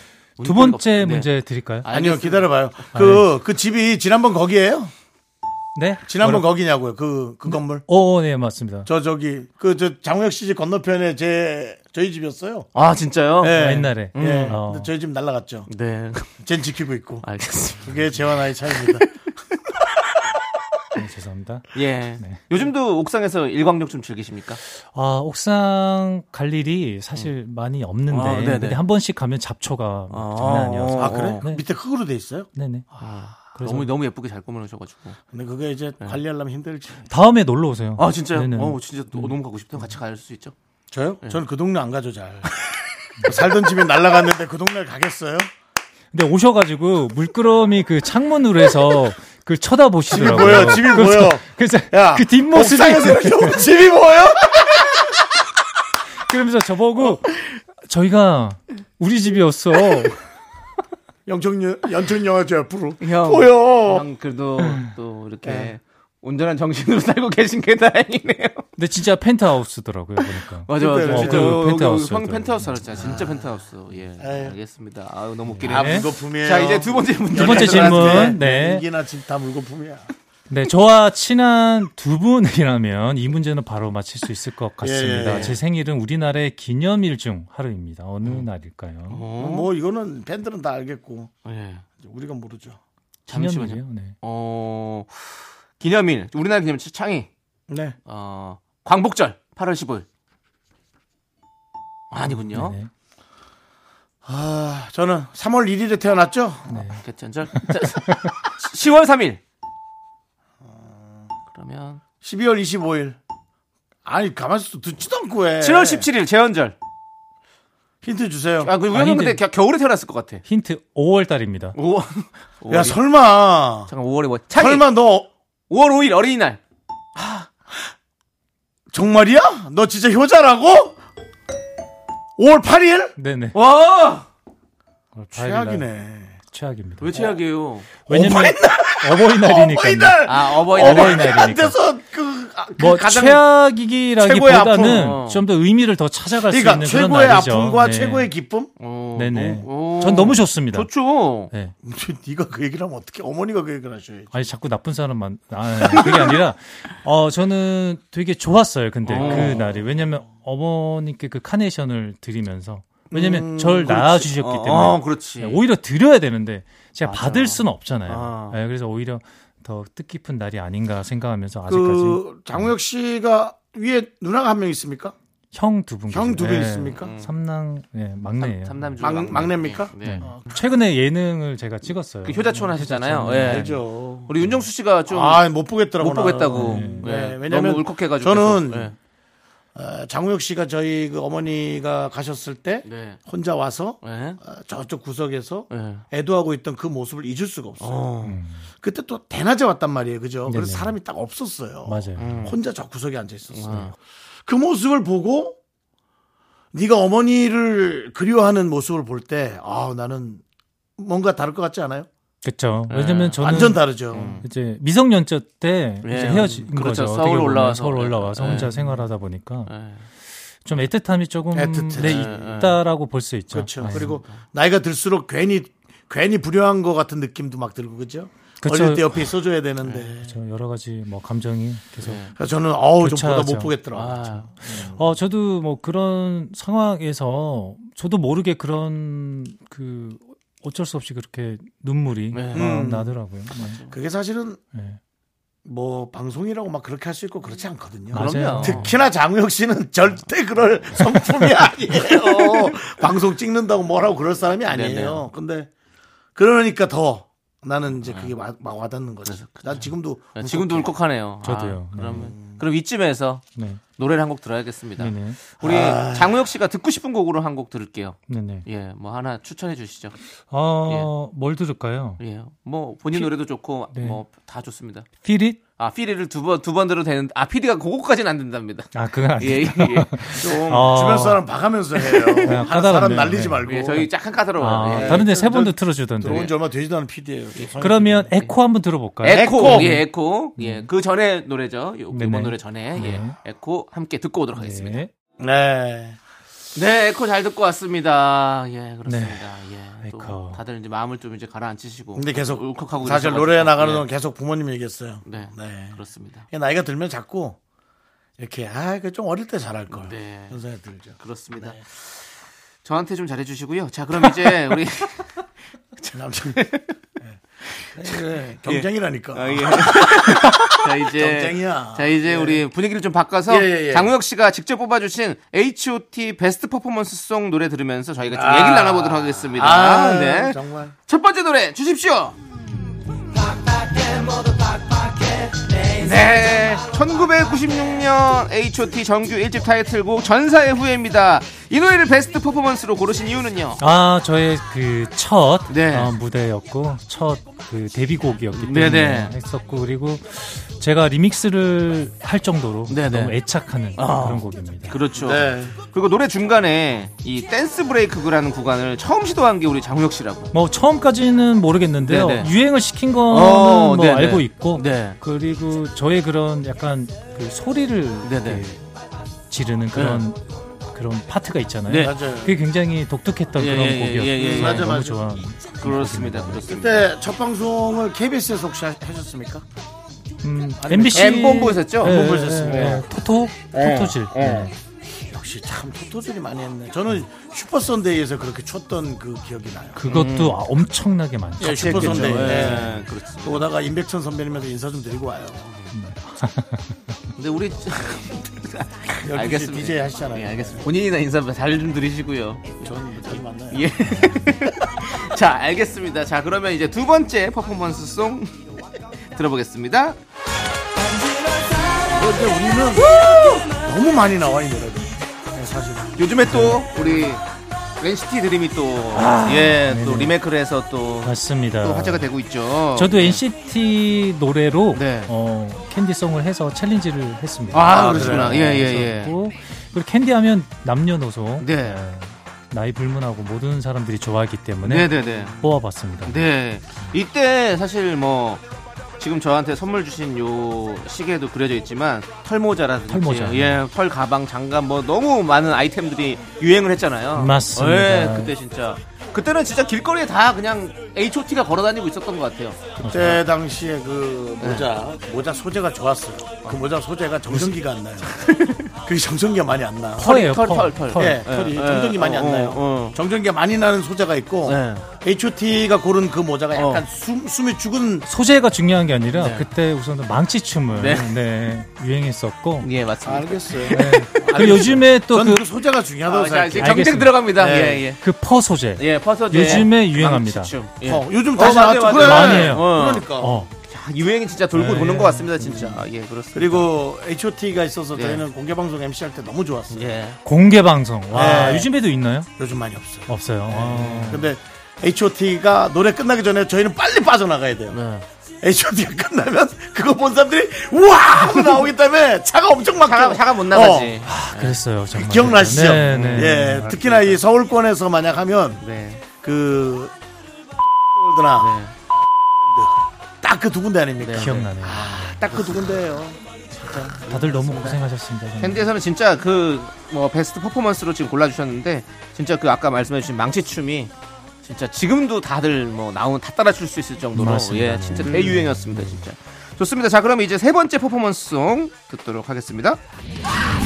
H: 두
B: 음. 문고리가
H: 번째
B: 없- 네.
H: 문제 드릴까요?
A: 아니요 기다려봐요. 그 그 집이 지난번 거기에요?
H: 네.
A: 지난번 거기냐고요? 그 그 건물?
H: 어, 어, 네 맞습니다.
A: 저 저기 그 저 장우혁 씨 집 건너편에 제 저희 집이었어요.
B: 아, 진짜요?
A: 예.
H: 아, 옛날에.
A: 예.
H: 어.
A: 근데 저희 집 날라갔죠.
B: 네.
A: 쟨 지키고 있고.
B: 알겠습니다.
A: 그게 제와 나의 차이입니다.
H: 네, 죄송합니다.
B: 예. 요즘도 옥상에서 일광욕 좀 즐기십니까?
H: 아, 옥상 갈 일이 사실
A: 음.
H: 많이 없는데
B: 아, 네네.
H: 근데 한 번씩 가면 잡초가
B: 아,
H: 장난 아니어서.
A: 아 그래?
H: 네.
A: 밑에 흙으로 돼 있어요?
H: 네, 네.
B: 아,
H: 그래서-
B: 너무 너무 예쁘게 잘 꾸며놓으셔가지고.
A: 근데 그게 이제 관리하려면 힘들지.
H: 다음에 놀러 오세요.
B: 아, 진짜요?
H: 네네.
B: 어, 진짜 너- 너무 가고 싶다. 같이 갈 수 있죠?
A: 저요? 저는 그 동네 안 가죠 잘. 뭐 살던 집에 날라갔는데 그 동네 가겠어요?
H: 근데 오셔가지고 물끄러미 그 창문으로 해서 그걸 쳐다보시더라고요.
A: 집이 뭐예요? 집이
H: 그래서-
A: 뭐예요?
H: 그래서
A: 야,
H: 그 뒷모습이
A: 옥상에서 이렇게 오면 집이 뭐예요?
H: 그러면서 저보고 저희가 우리 집이었어.
A: 영청 연천 영화제 앞으로
B: 형.
A: 보여.
B: 형 그래도 또 이렇게 온전한 정신으로 살고 계신 게 다행이네요.
H: 근데 진짜 펜트하우스더라고요 보니까.
B: 맞아, 맞아.
A: 어,
B: 진짜
H: 그
B: 여기,
H: 펜트하우스.
B: 여기 형 펜트하우스 살았잖아. 진짜 펜트하우스. 예. 알겠습니다. 아유, 너무 웃기네.
H: 아, 네.
A: 물고 품이에요.
B: 자, 이제 두 번째 문제.
H: 두 번째 질문. 네.
A: 인기나 집 다 물고 품이야.
H: 네, 저와 친한 두 분이라면 이 문제는 바로 맞힐 수 있을 것 같습니다.
A: 예, 예.
H: 제 생일은 우리나라의 기념일 중 하루입니다. 어느
A: 음.
H: 날일까요?
A: 뭐 이거는 팬들은 다 알겠고
B: 예.
A: 우리가 모르죠.
H: 기념일이요? 네.
B: 어, 기념일. 우리나라 기념일 창이.
A: 네.
B: 어, 광복절. 8월 15일.
A: 어?
B: 아니군요.
H: 네네.
A: 아, 저는 3월 1일에 태어났죠.
B: 개천절. 그렇죠. 자, 10월 3일. 그러면
A: 12월 25일 아니 가만히 있어 듣지도 않고 해.
B: 7월 17일 재연절.
A: 힌트 주세요.
B: 아, 그 우연히 근데 겨- 겨울에 태어났을 것 같아.
H: 힌트 5월 달입니다.
B: 오,
A: 야 설마.
B: 잠깐 5월에 뭐? 자기
A: 설마 너
B: 5월 5일 어린이날.
A: 정말이야? 너 진짜 효자라고? 5월 8일?
H: 네네. 어,
B: 와,
A: 어? 최악이네.
H: 최악입니다.
B: 왜 최악이에요?
H: 왜냐면 어버이날이니까.
A: 어버이날.
B: 아, 어버이날.
H: 어버이날이니까.
A: 어버이날한테서 그, 아, 그
H: 뭐
A: 가장 최고의 아픔. 어.
H: 최악이기라기보다는 좀 더 의미를 더 찾아갈
A: 그러니까
H: 수 있는
A: 최고의
H: 그런 날이죠.
A: 아픔과
H: 네.
A: 최고의 기쁨?
B: 어,
H: 네네.
B: 오.
H: 전 너무 좋습니다.
B: 좋죠.
H: 네.
A: 네가 그 얘기를 하면 어떻게 어머니가 그 얘기를 하셔야지.
H: 아니 자꾸 나쁜 사람만 아, 그게 아니라 어 저는 되게 좋았어요. 근데 그 날이 왜냐면 어머님께 그 카네이션을 드리면서
A: 음,
H: 왜냐면 절 낳아 주셨기
B: 어,
H: 때문에
B: 어, 그렇지.
H: 네, 오히려 드려야 되는데 제가 받을 수는 없잖아요. 네, 그래서 오히려 더 뜻깊은 날이 아닌가 생각하면서 아직까지
A: 그 장우혁 씨가 위에 누나가 한 명 있습니까?
H: 형 두분
A: 형두분 있습니까?
H: 삼남 네, 막내예요.
B: 삼남 중
A: 막,
B: 막내.
A: 막내입니까?
B: 네.
H: 최근에 예능을 제가 찍었어요.
B: 그 효자촌 하셨잖아요.
H: 효자촌.
B: 예.
A: 알죠.
B: 우리 윤정수 씨가 좀 못
A: 아, 못 보겠더라고. 나는.
B: 보겠다고.
A: 네.
B: 예.
A: 네, 왜냐면
B: 너무 울컥해가지고. 네.
A: 저는
B: 계속.
A: 어, 장우혁 씨가 저희 그 어머니가 가셨을 때
B: 예. 네.
A: 혼자 와서
B: 예.
A: 어, 저쪽 구석에서
B: 예.
A: 애도하고 있던 그 모습을 잊을 수가 없어요. 그때 또 대낮에 왔단 말이에요. 그죠? 그래서
H: 네네.
A: 사람이 딱 없었어요.
H: 네. 맞아요. 음.
A: 혼자 저 구석에 앉아 있었어요. 그 모습을 보고 네가 어머니를 그리워하는 모습을 볼 때 아, 나는 뭔가 다를 것 같지 않아요?
H: 그렇죠.
B: 네.
H: 왜냐면 저는 음.
A: 완전 다르죠.
H: 이제 미성년자 때
B: 예,
H: 이제 헤어진
B: 그렇죠.
H: 거죠.
B: 서울
H: 어떻게 보면
B: 올라와서.
H: 서울 올라와서
B: 예.
H: 혼자 생활하다 보니까
B: 예.
H: 좀 애틋함이 조금
A: 애틋해.
H: 내
A: 예,
H: 있다라고 볼 수 있죠.
A: 그렇죠.
H: 예.
A: 그리고 나이가 들수록 괜히 괜히 불효한 것 같은 느낌도 막 들고 그죠?
H: 그쵸. 네.
A: 어릴 때 옆에 있어줘야 되는데
H: 저 여러 가지 뭐 감정이 계속.
B: 예.
A: 그래서 저는 어우 좀
H: 교차하죠.
A: 보다 못 보겠더라.
B: 아,
H: 어 저도 뭐 그런 상황에서 저도 모르게 그런 그 어쩔 수 없이 그렇게 눈물이
B: 네.
H: 막
A: 음.
H: 나더라고요.
A: 그게 사실은
H: 네.
A: 뭐 방송이라고 막 그렇게 할 수 있고 그렇지 않거든요.
H: 맞아요.
B: 그럼요.
A: 특히나 장우혁 씨는 절대 그럴 성품이 아니에요. 방송 찍는다고 뭐라고 그럴 사람이 아니에요.
B: 네네.
A: 근데 그러니까 더 나는 이제 그게 막 와닿는 거죠. 난 지금도
B: 예, 지금도 울컥하네요.
H: 저도요.
B: 아, 그러면 그럼 이쯤에서
H: 네.
B: 노래를 한 곡 들어야겠습니다.
H: 네네.
B: 우리 장우혁 씨가 듣고 싶은 곡으로 한 곡 들을게요.
H: 네네.
B: 예, 뭐 하나 추천해 주시죠.
H: 어, 뭘 들을까요?
B: 예, 뭐 본인 노래도 좋고
H: 네.
B: 뭐 다 좋습니다.
H: Feel it?
B: 아, 피리를 두 번 두 번 들어도 되는데 아, 피디가 그거까지는 안 된답니다.
H: 아, 그건 아니에요.
B: 예, 예, 예.
A: 좀
H: 아.
A: 주변 사람 봐가면서 해요. 하는 사람
H: 까다롭네요.
A: 날리지
H: 네.
A: 말고.
B: 예, 저희 약간 까다로워요.
H: 아,
B: 예.
H: 다른 데 세 번도
A: 들어온
H: 틀어주던데.
A: 지 얼마 되지도 않은 PD예요.
H: 아, 그러면 에코 한번 들어볼까요?
B: 네.
H: 네. 음.
B: 에코,
A: 에코.
B: 예, 에코. 예, 그 전에 노래죠. 요
H: 네네.
B: 이번 노래 전에 예,
H: 네.
B: 에코 함께 듣고 오도록 하겠습니다.
H: 네.
A: 네.
B: 네, 에코 잘 듣고 왔습니다. 예, 그렇습니다. 예, 또
H: 에코.
B: 다들 이제 마음을 좀 이제 가라앉히시고.
A: 네. 근데 계속
B: 울컥하고
A: 사실
B: 그러셔가지고.
A: 노래 나가는
B: 예.
A: 동안 계속 부모님 얘기했어요.
B: 네,
A: 네.
B: 그렇습니다.
A: 나이가 들면 자꾸 이렇게 아, 그 좀 어릴 때 잘할 걸.
B: 네.
A: 그런 생각이 들죠.
B: 그렇습니다.
A: 네.
B: 저한테 좀 잘해주시고요. 자, 그럼 이제 우리
A: 남자.
B: 예.
A: 네. 경쟁이라니까.
B: 아, 자 이제
A: 경쟁이야.
B: 자 이제 우리 분위기를 좀 바꿔서
A: 예, 예, 예.
B: 장우혁 씨가 직접 뽑아주신 H.O.T. 베스트 퍼포먼스 송 노래 들으면서 저희가 좀 얘기를 나눠보도록 하겠습니다.
A: 아,
B: 네.
A: 정말.
B: 첫 번째 노래 주십시오. 네, 1996년 H.O.T. 정규 1집 타이틀곡 전사의 후예입니다. 이 노래를 베스트 퍼포먼스로 고르신 이유는요?
H: 아, 저의 그 첫
B: 네.
H: 무대였고, 첫 그 데뷔곡이었기 때문에
B: 네네.
H: 했었고, 그리고 제가 리믹스를 할 정도로
B: 네네. 아.
H: 너무 애착하는 그런 곡입니다.
B: 그렇죠.
A: 네.
B: 그리고 노래 중간에 이 댄스 브레이크라는 구간을 처음 시도한 게 우리 장우혁 씨라고.
H: 뭐 처음까지는 모르겠는데요.
B: 네네.
H: 유행을 시킨 거는
B: 어,
H: 뭐
B: 네네.
H: 알고 있고
B: 네.
H: 그리고 저의 그런 약간 그 소리를
B: 네네.
H: 이렇게 지르는 그런 그런 파트가 있잖아요.
B: 네.
A: 맞아요.
H: 그게 굉장히 독특했던
B: 예,
H: 그런
B: 예, 예,
H: 곡이었고
B: 예, 예, 예. 맞아,
H: 너무
A: 맞아.
H: 좋아.
B: 그렇습니다. 그렇습니다.
A: 그때 첫 방송을 KBS에서 혹시 하- 하셨습니까?
H: 음, MBC
B: M본부였었죠?
H: 예,
B: M본부
H: 예,
A: 했었습니다.
H: 예,
B: 네,
H: 예. 토토 토토질. 예.
A: 역시 참 토토질이 많이 했네. 저는 슈퍼선데이에서 그렇게 췄던 그 기억이 나요.
H: 그것도
B: 음.
H: 아, 엄청나게 많죠.
A: 예, 슈퍼선데이. 네.
B: 예, 그렇습니다.
A: 또 오다가 임백천 선배님한테 인사 좀 드리고 와요.
B: 근데 우리
A: 여기
B: 알겠습니다.
A: DJ 하시잖아요.
B: 예, 알겠습니다. 본인이나 인사 잘좀 드리시고요.
A: 저는 뭐 자주 만나요.
B: 예. 자, 알겠습니다. 자, 그러면 이제 두 번째 퍼포먼스 송 들어보겠습니다.
A: 근데 우리는
J: 너무 많이 나와 이 노래도. 네, 사실.
B: 요즘에 또 우리 NCT 드림이 또
H: 아,
B: 예,
H: 네네.
B: 또 리메이크를 해서 또
H: 맞습니다.
B: 예. 또 화제가 되고 있죠.
H: 저도
B: 네.
H: NCT 노래로 어, 캔디송을 해서 챌린지를 했습니다.
B: 아, 아, 그러시구나. 그래요? 예, 예, 예.
H: 했었고, 그리고 캔디하면 남녀노소
B: 네.
H: 어, 나이 불문하고 모든 사람들이 좋아하기 때문에
B: 네, 네, 네.
H: 뽑아봤습니다.
B: 네. 이때 사실 뭐 지금 저한테 선물 주신 요 시계도 그려져 있지만 털모자라든지
H: 털모자.
B: 예, 털 가방, 장갑 뭐 너무 많은 아이템들이 유행을 했잖아요.
H: 맞습니다.
B: 예, 그때 진짜 그때는 진짜 길거리에 다 그냥 HOT가 걸어다니고 있었던 것 같아요.
J: 그때
A: 당시에 그
J: 모자 모자 소재가 좋았어요. 그 모자 소재가 정전기가 안 나요.
A: 그게 정전기가 많이 안 나.
J: 털이에요, 털, 털, 털. 털.
A: 예,
J: 예,
A: 털이
J: 예.
A: 정전기 많이
J: 어,
A: 안 나요.
J: 어,
A: 정전기가 많이 나는 소재가 있고 H.O.T.가 고른 그 모자가 약간 숨, 숨이 죽은
H: 소재가 중요한 게 아니라
A: 네.
H: 그때 우선 망치춤을
A: 네.
H: 네, 유행했었고
B: 예 맞습니다.
A: 아, 알겠어요.
H: 그리고 요즘에 또
A: 전그
H: 그-
A: 소재가 중요하다고
B: 아, 자, 이제
A: 생각해요.
B: 경쟁
H: 알겠습니다.
B: 들어갑니다. 예, 예.
H: 그 퍼 소재.
B: 예, 퍼 소재.
H: 요즘에 유행합니다.
B: 망치춤. 예.
A: 어, 요즘
B: 어,
A: 다시
B: 맞아,
A: 나왔죠.
B: 맞아.
A: 그래.
H: 많이 해요. 네.
A: 그러니까.
H: 어.
B: 야, 아, 유행이 진짜 돌고
A: 예.
B: 도는 것 같습니다, 진짜. 예, 그렇습니다.
A: 그리고 H.O.T.가 있어서
B: 예.
A: 저희는 공개 방송 MC 할 때 너무 좋았어요.
H: 공개 방송. 와
A: 네.
H: 요즘에도 있나요?
A: 요즘 많이 없어요.
H: 없어요. 아.
A: 근데 H.O.T.가 노래 끝나기 전에 저희는 빨리 빠져나가야 돼요.
H: 네.
A: H.O.T.가 끝나면 그거 본 사람들이 우와 하고 나오기 때문에 차가 엄청 막혀. 차가,
B: 차가 못 나가지.
H: 아, 그랬어요. 정말.
A: 기억나시죠?
H: 네, 네.
A: 예, 특히나 이 서울권에서 만약 하면
B: 네.
A: 그 드나 딱 그 두 군데 아닙니까?
H: 네. 기억나네요.
A: 딱 그 두 군데예요.
H: 다들 너무 고생하셨습니다. 정말.
B: 밴드에서는 진짜 그 뭐 베스트 퍼포먼스로 지금 골라주셨는데 진짜 그 아까 말씀해주신 망치춤이 진짜 지금도 다들 뭐 나오는 다 따라 출 수 있을 정도로
H: 맞습니다.
B: 예 진짜
H: 네.
B: 대유행이었습니다 진짜 좋습니다 자 그럼 이제 세 번째 퍼포먼스송 듣도록 하겠습니다
A: 아.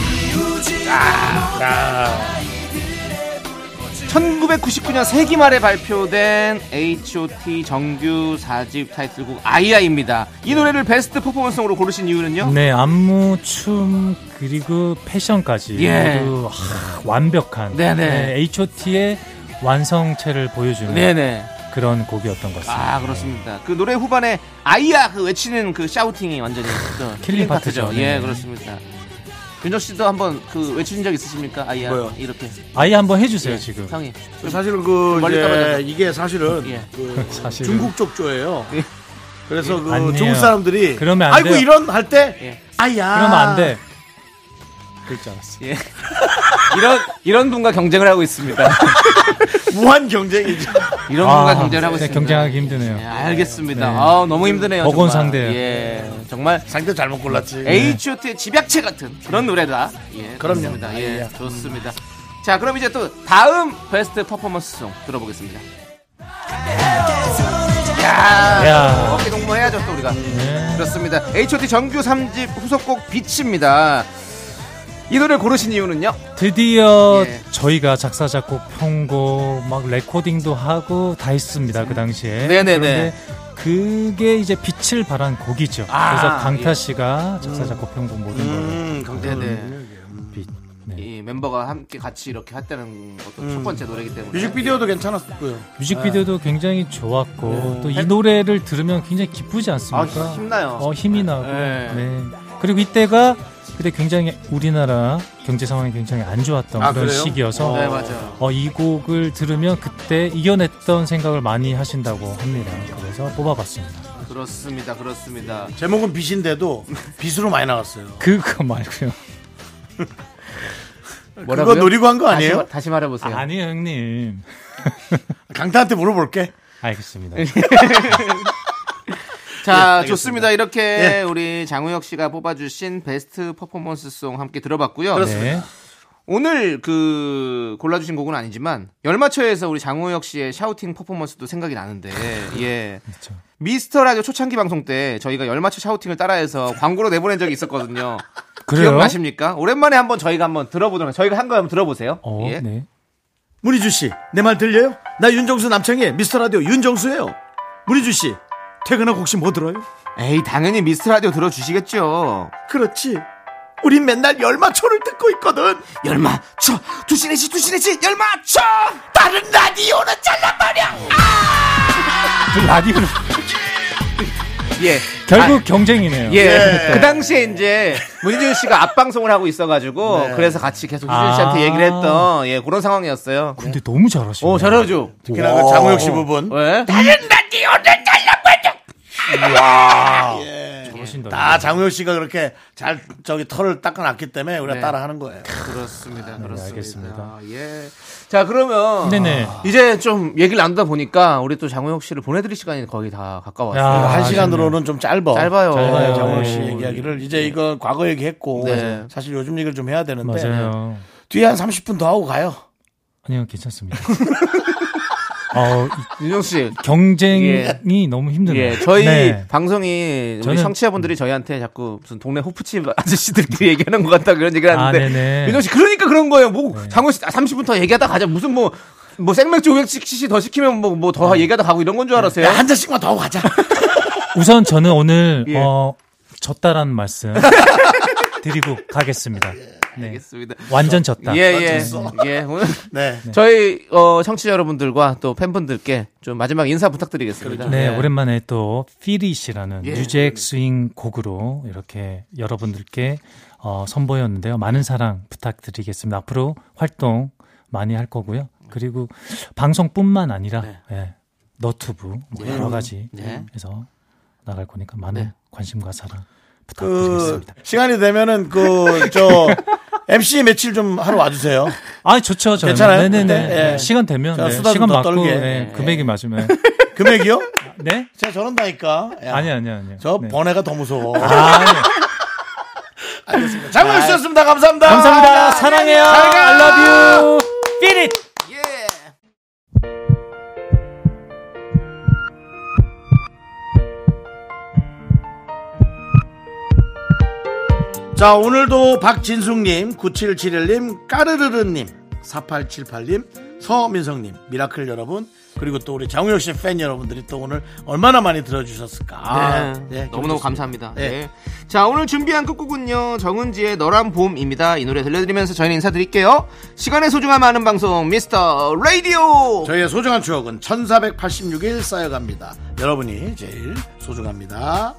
B: 1999년 세기 말에 발표된 H.O.T 정규 4집 타이틀곡 아이아입니다 이 노래를 베스트 퍼포먼스송으로 고르신 이유는요
H: 네 안무, 춤 그리고 패션까지
B: 예.
H: 모두 하, 완벽한
B: 네네.
H: H.O.T의 완성체를 보여주는
B: 네네.
H: 그런 곡이었던 것 같습니다.
B: 아 그렇습니다. 그 노래 후반에 아이야 그 외치는 그 샤우팅이 완전히 또
H: 킬링 파트죠.
B: 예
H: 네.
B: 그렇습니다. 윤정 씨도 한번 그 외치신 적 있으십니까? 아이야
H: 뭐요?
B: 이렇게
H: 아예 한번 해주세요 지금.
B: 형이
A: 사실은 그
B: 멀리
A: 이제
B: 떨어져서.
A: 이게 사실은
B: 예.
A: 그
H: 사실은.
A: 중국 쪽 조예요. 그래서 그
H: 예, 아니에요.
A: 중국 사람들이
H: 그러면 안
A: 아이고
H: 돼요.
A: 이런 할 때 아야
H: 그러면 안 돼. 그럴 줄 알았어.
B: 예. 이런 이런 분과 경쟁을 하고 있습니다.
A: 무한 경쟁이죠.
B: 이런
H: 아,
B: 분과 경쟁을 하고
H: 네,
B: 있습니다.
H: 경쟁하기 힘드네요.
B: 예, 알겠습니다.
H: 네.
B: 아 너무 힘드네요.
H: 버거운
B: 정말.
H: 상대예요. 네.
B: 예 정말
A: 상대 잘못 골랐지.
B: H.O.T의 집약체 같은 그런 노래다. 예
A: 그럼요.
B: 그렇습니다. 예
A: 아이야.
B: 좋습니다. 자 그럼 이제 또 다음 베스트 퍼포먼스송 들어보겠습니다. 야,
H: 야. 네.
B: 어깨 동무 해야죠 또 우리가 그렇습니다 H.O.T 정규 3집 후속곡 빛입니다 이 노래 고르신 이유는요?
H: 드디어
B: 예.
H: 저희가 작사 작곡 편곡 막 레코딩도 하고 다 했습니다 그 당시에
B: 네네네.
H: 그런데 그게 이제 빛을 발한 곡이죠
B: 아,
H: 그래서 강타
B: 예.
H: 씨가 작사 작곡 편곡 모든
B: 음,
H: 걸
B: 네네.
H: 빛.
B: 이 멤버가 함께 같이 이렇게 했다는 것도 첫 번째 노래이기 때문에
A: 음. 뮤직비디오도 괜찮았고요.
B: 아.
H: 뮤직비디오도 굉장히 좋았고 또 이 노래를 들으면 굉장히 기쁘지 않습니까?
B: 예. 아, 힘- 힘나요.
H: 어, 힘이 나고.
B: 네.
H: 네. 그리고 이때가 그때 굉장히 우리나라 경제 상황이 굉장히 안 좋았던
B: 아,
H: 그런
B: 그래요?
H: 시기여서
B: 네, 맞아요.
H: 어, 이 곡을 들으면 그때 이겨냈던 생각을 많이 하신다고 합니다. 그래서 뽑아봤습니다.
B: 그렇습니다 그렇습니다
A: 제목은 빛인데도 빛으로 많이 나왔어요.
H: 그거 말고요.
A: 그거 노리고 한 거 아니에요?
B: 다시, 다시 말해보세요
H: 아, 니요 형님.
A: 강타한테 물어볼게.
H: 알겠습니다.
B: 예. 자,
A: 예,
B: 좋습니다. 이렇게
A: 예.
B: 우리 장우혁 씨가 뽑아주신 베스트 퍼포먼스송 함께 들어봤고요.
H: 그렇습니다. 네.
B: 오늘 그 골라주신 곡은 아니지만 열마초에서 우리 장우혁 씨의 샤우팅 퍼포먼스도 생각이 나는데, 예.
H: 그렇죠.
B: 미스터 라디오 초창기 방송 때 저희가 열마초 샤우팅을 따라해서 광고로 내보낸 적이 있었거든요.
H: 그래요?
B: 기억나십니까? 오랜만에 한번 저희가 한번 들어보도록 해요. 저희가 한 거 한번 들어보세요.
H: 어,
B: 예.
H: 네.
A: 문희주 씨, 내 말 들려요? 나 윤정수 남창의 미스터 라디오 윤정수예요. 문희주 씨, 퇴근하고 혹시 뭐 들어요?
B: 에이, 당연히 미스터 라디오 들어주시겠죠.
A: 그렇지. 우린 맨날 열마초를 듣고 있거든.
B: 열마 초 두시네 시 두시네 시 열마 초 다른 아!
A: 아,
B: 라디오는 잘란 말이야
H: 라디오를
B: 예.
H: 결국
B: 아,
H: 경쟁이네요.
B: 예. 그 당시에 이제 문희준 씨가 앞방송을 하고 있어가지고
H: 네.
B: 그래서 같이 계속
H: 아.
B: 희준 씨한테 얘기를 했던 예 그런 상황이었어요.
H: 근데 너무 아, 잘하시네.
B: 오 잘하죠.
A: 특히나 그 장우혁 씨 부분. 와.
B: 왜?
H: 잘하신다.
A: 다 장우혁 씨가 그렇게 잘 저기 털을 닦아놨기 때문에 우리가
B: 네.
A: 따라하는 거예요.
B: 그렇습니다. 그렇습니다.
H: 네, 알겠습니다.
B: 예. 자 그러면
H: 네네.
B: 이제 좀 얘기를 나누다 보니까 우리 또 장우혁 씨를 보내드릴 시간이 거의 다 가까웠어요.
H: 아,
A: 이거 한 시간으로는 좀 짧아.
B: 짧아요.
A: 네, 장우혁 씨
B: 네.
A: 얘기하기를 이제 이거 과거 얘기했고
B: 네.
A: 사실 요즘 얘기를 좀 해야 되는데
H: 맞아요.
A: 뒤에 한 30분 더 하고 가요.
H: 아니요, 괜찮습니다. 어,
B: 윤정 씨.
H: 경쟁이
B: 예.
H: 너무 힘드네요.
B: 예, 저희
H: 네.
B: 방송이 우리
H: 저는-
B: 청취자분들이 저희한테 자꾸 무슨 동네 호프집 아저씨들끼리 얘기하는 것 같다 그런 얘기를
H: 아,
B: 하는데
H: 네네. 네.
B: 윤정 씨 그러니까 그런 거예요. 뭐 장훈 씨 30분 더 얘기하다 가자 무슨 뭐 뭐 생맥주 500cc 더 시키면 뭐 뭐
H: 네.
B: 더 얘기하다 가고 이런 건 줄 알았어요.
A: 한 잔씩만 더 하고 가자.
H: 우선 저는 오늘
B: 예.
H: 어, 졌다라는 말씀 드리고 가겠습니다. 네.
B: 알겠습니다.
H: 완전 졌다.
B: 예예 예, 오늘
A: 네.
B: 저희 어, 청취자 여러분들과 또 팬분들께 좀 마지막 인사 부탁드리겠습니다.
H: 네,
B: 예.
H: 오랜만에 또 피리시라는
B: 예.
H: 뉴잭 스윙 곡으로 이렇게 여러분들께 어, 선보였는데요. 많은 사랑 부탁드리겠습니다. 앞으로 활동 많이 할 거고요. 그리고 방송뿐만 아니라
A: 네.
H: 예, 너튜브 뭐
B: 네.
H: 여러 가지
B: 네.
H: 해서 나갈 거니까 많은 관심과 사랑
A: 네. 그
H: 부탁드리겠습니다.
A: 시간이 되면은 그 저 MC 며칠 좀 하러 와주세요.
H: 아 좋죠, 저는.
A: 괜찮아요?
H: 네네네.
A: 그때? 예.
H: 시간 되면
A: 자,
H: 네,
A: 수다 좀
H: 시간
A: 더
H: 맞고
A: 떨게. 네.
H: 예, 금액이 맞으면
A: 금액이요?
H: 네?
A: 제가 저런다니까. 야,
H: 아니 아니 아니요.
A: 저
H: 네.
A: 번외가 더 무서워.
H: 아,
A: 알겠습니다. 장우혁 씨였습니다. 감사합니다.
H: 감사합니다. 사랑해요. I love you. Feel it.
A: 자, 오늘도 박진숙님, 9771님, 까르르르님, 4878님, 서민성님, 미라클 여러분, 그리고 또 우리 장우혁 씨 팬 여러분들이 또 오늘 얼마나 많이 들어주셨을까.
B: 네.
A: 예, 기분
B: 너무너무
A: 좋습니다.
B: 감사합니다.
A: 네.
B: 네. 자, 오늘 준비한 끝곡은요. 정은지의 너란 봄입니다. 이 노래 들려드리면서 저희는 인사드릴게요. 시간의 소중함 아는 방송, 미스터 라디오!
A: 저희의 소중한 추억은 1486일 쌓여갑니다. 여러분이 제일 소중합니다.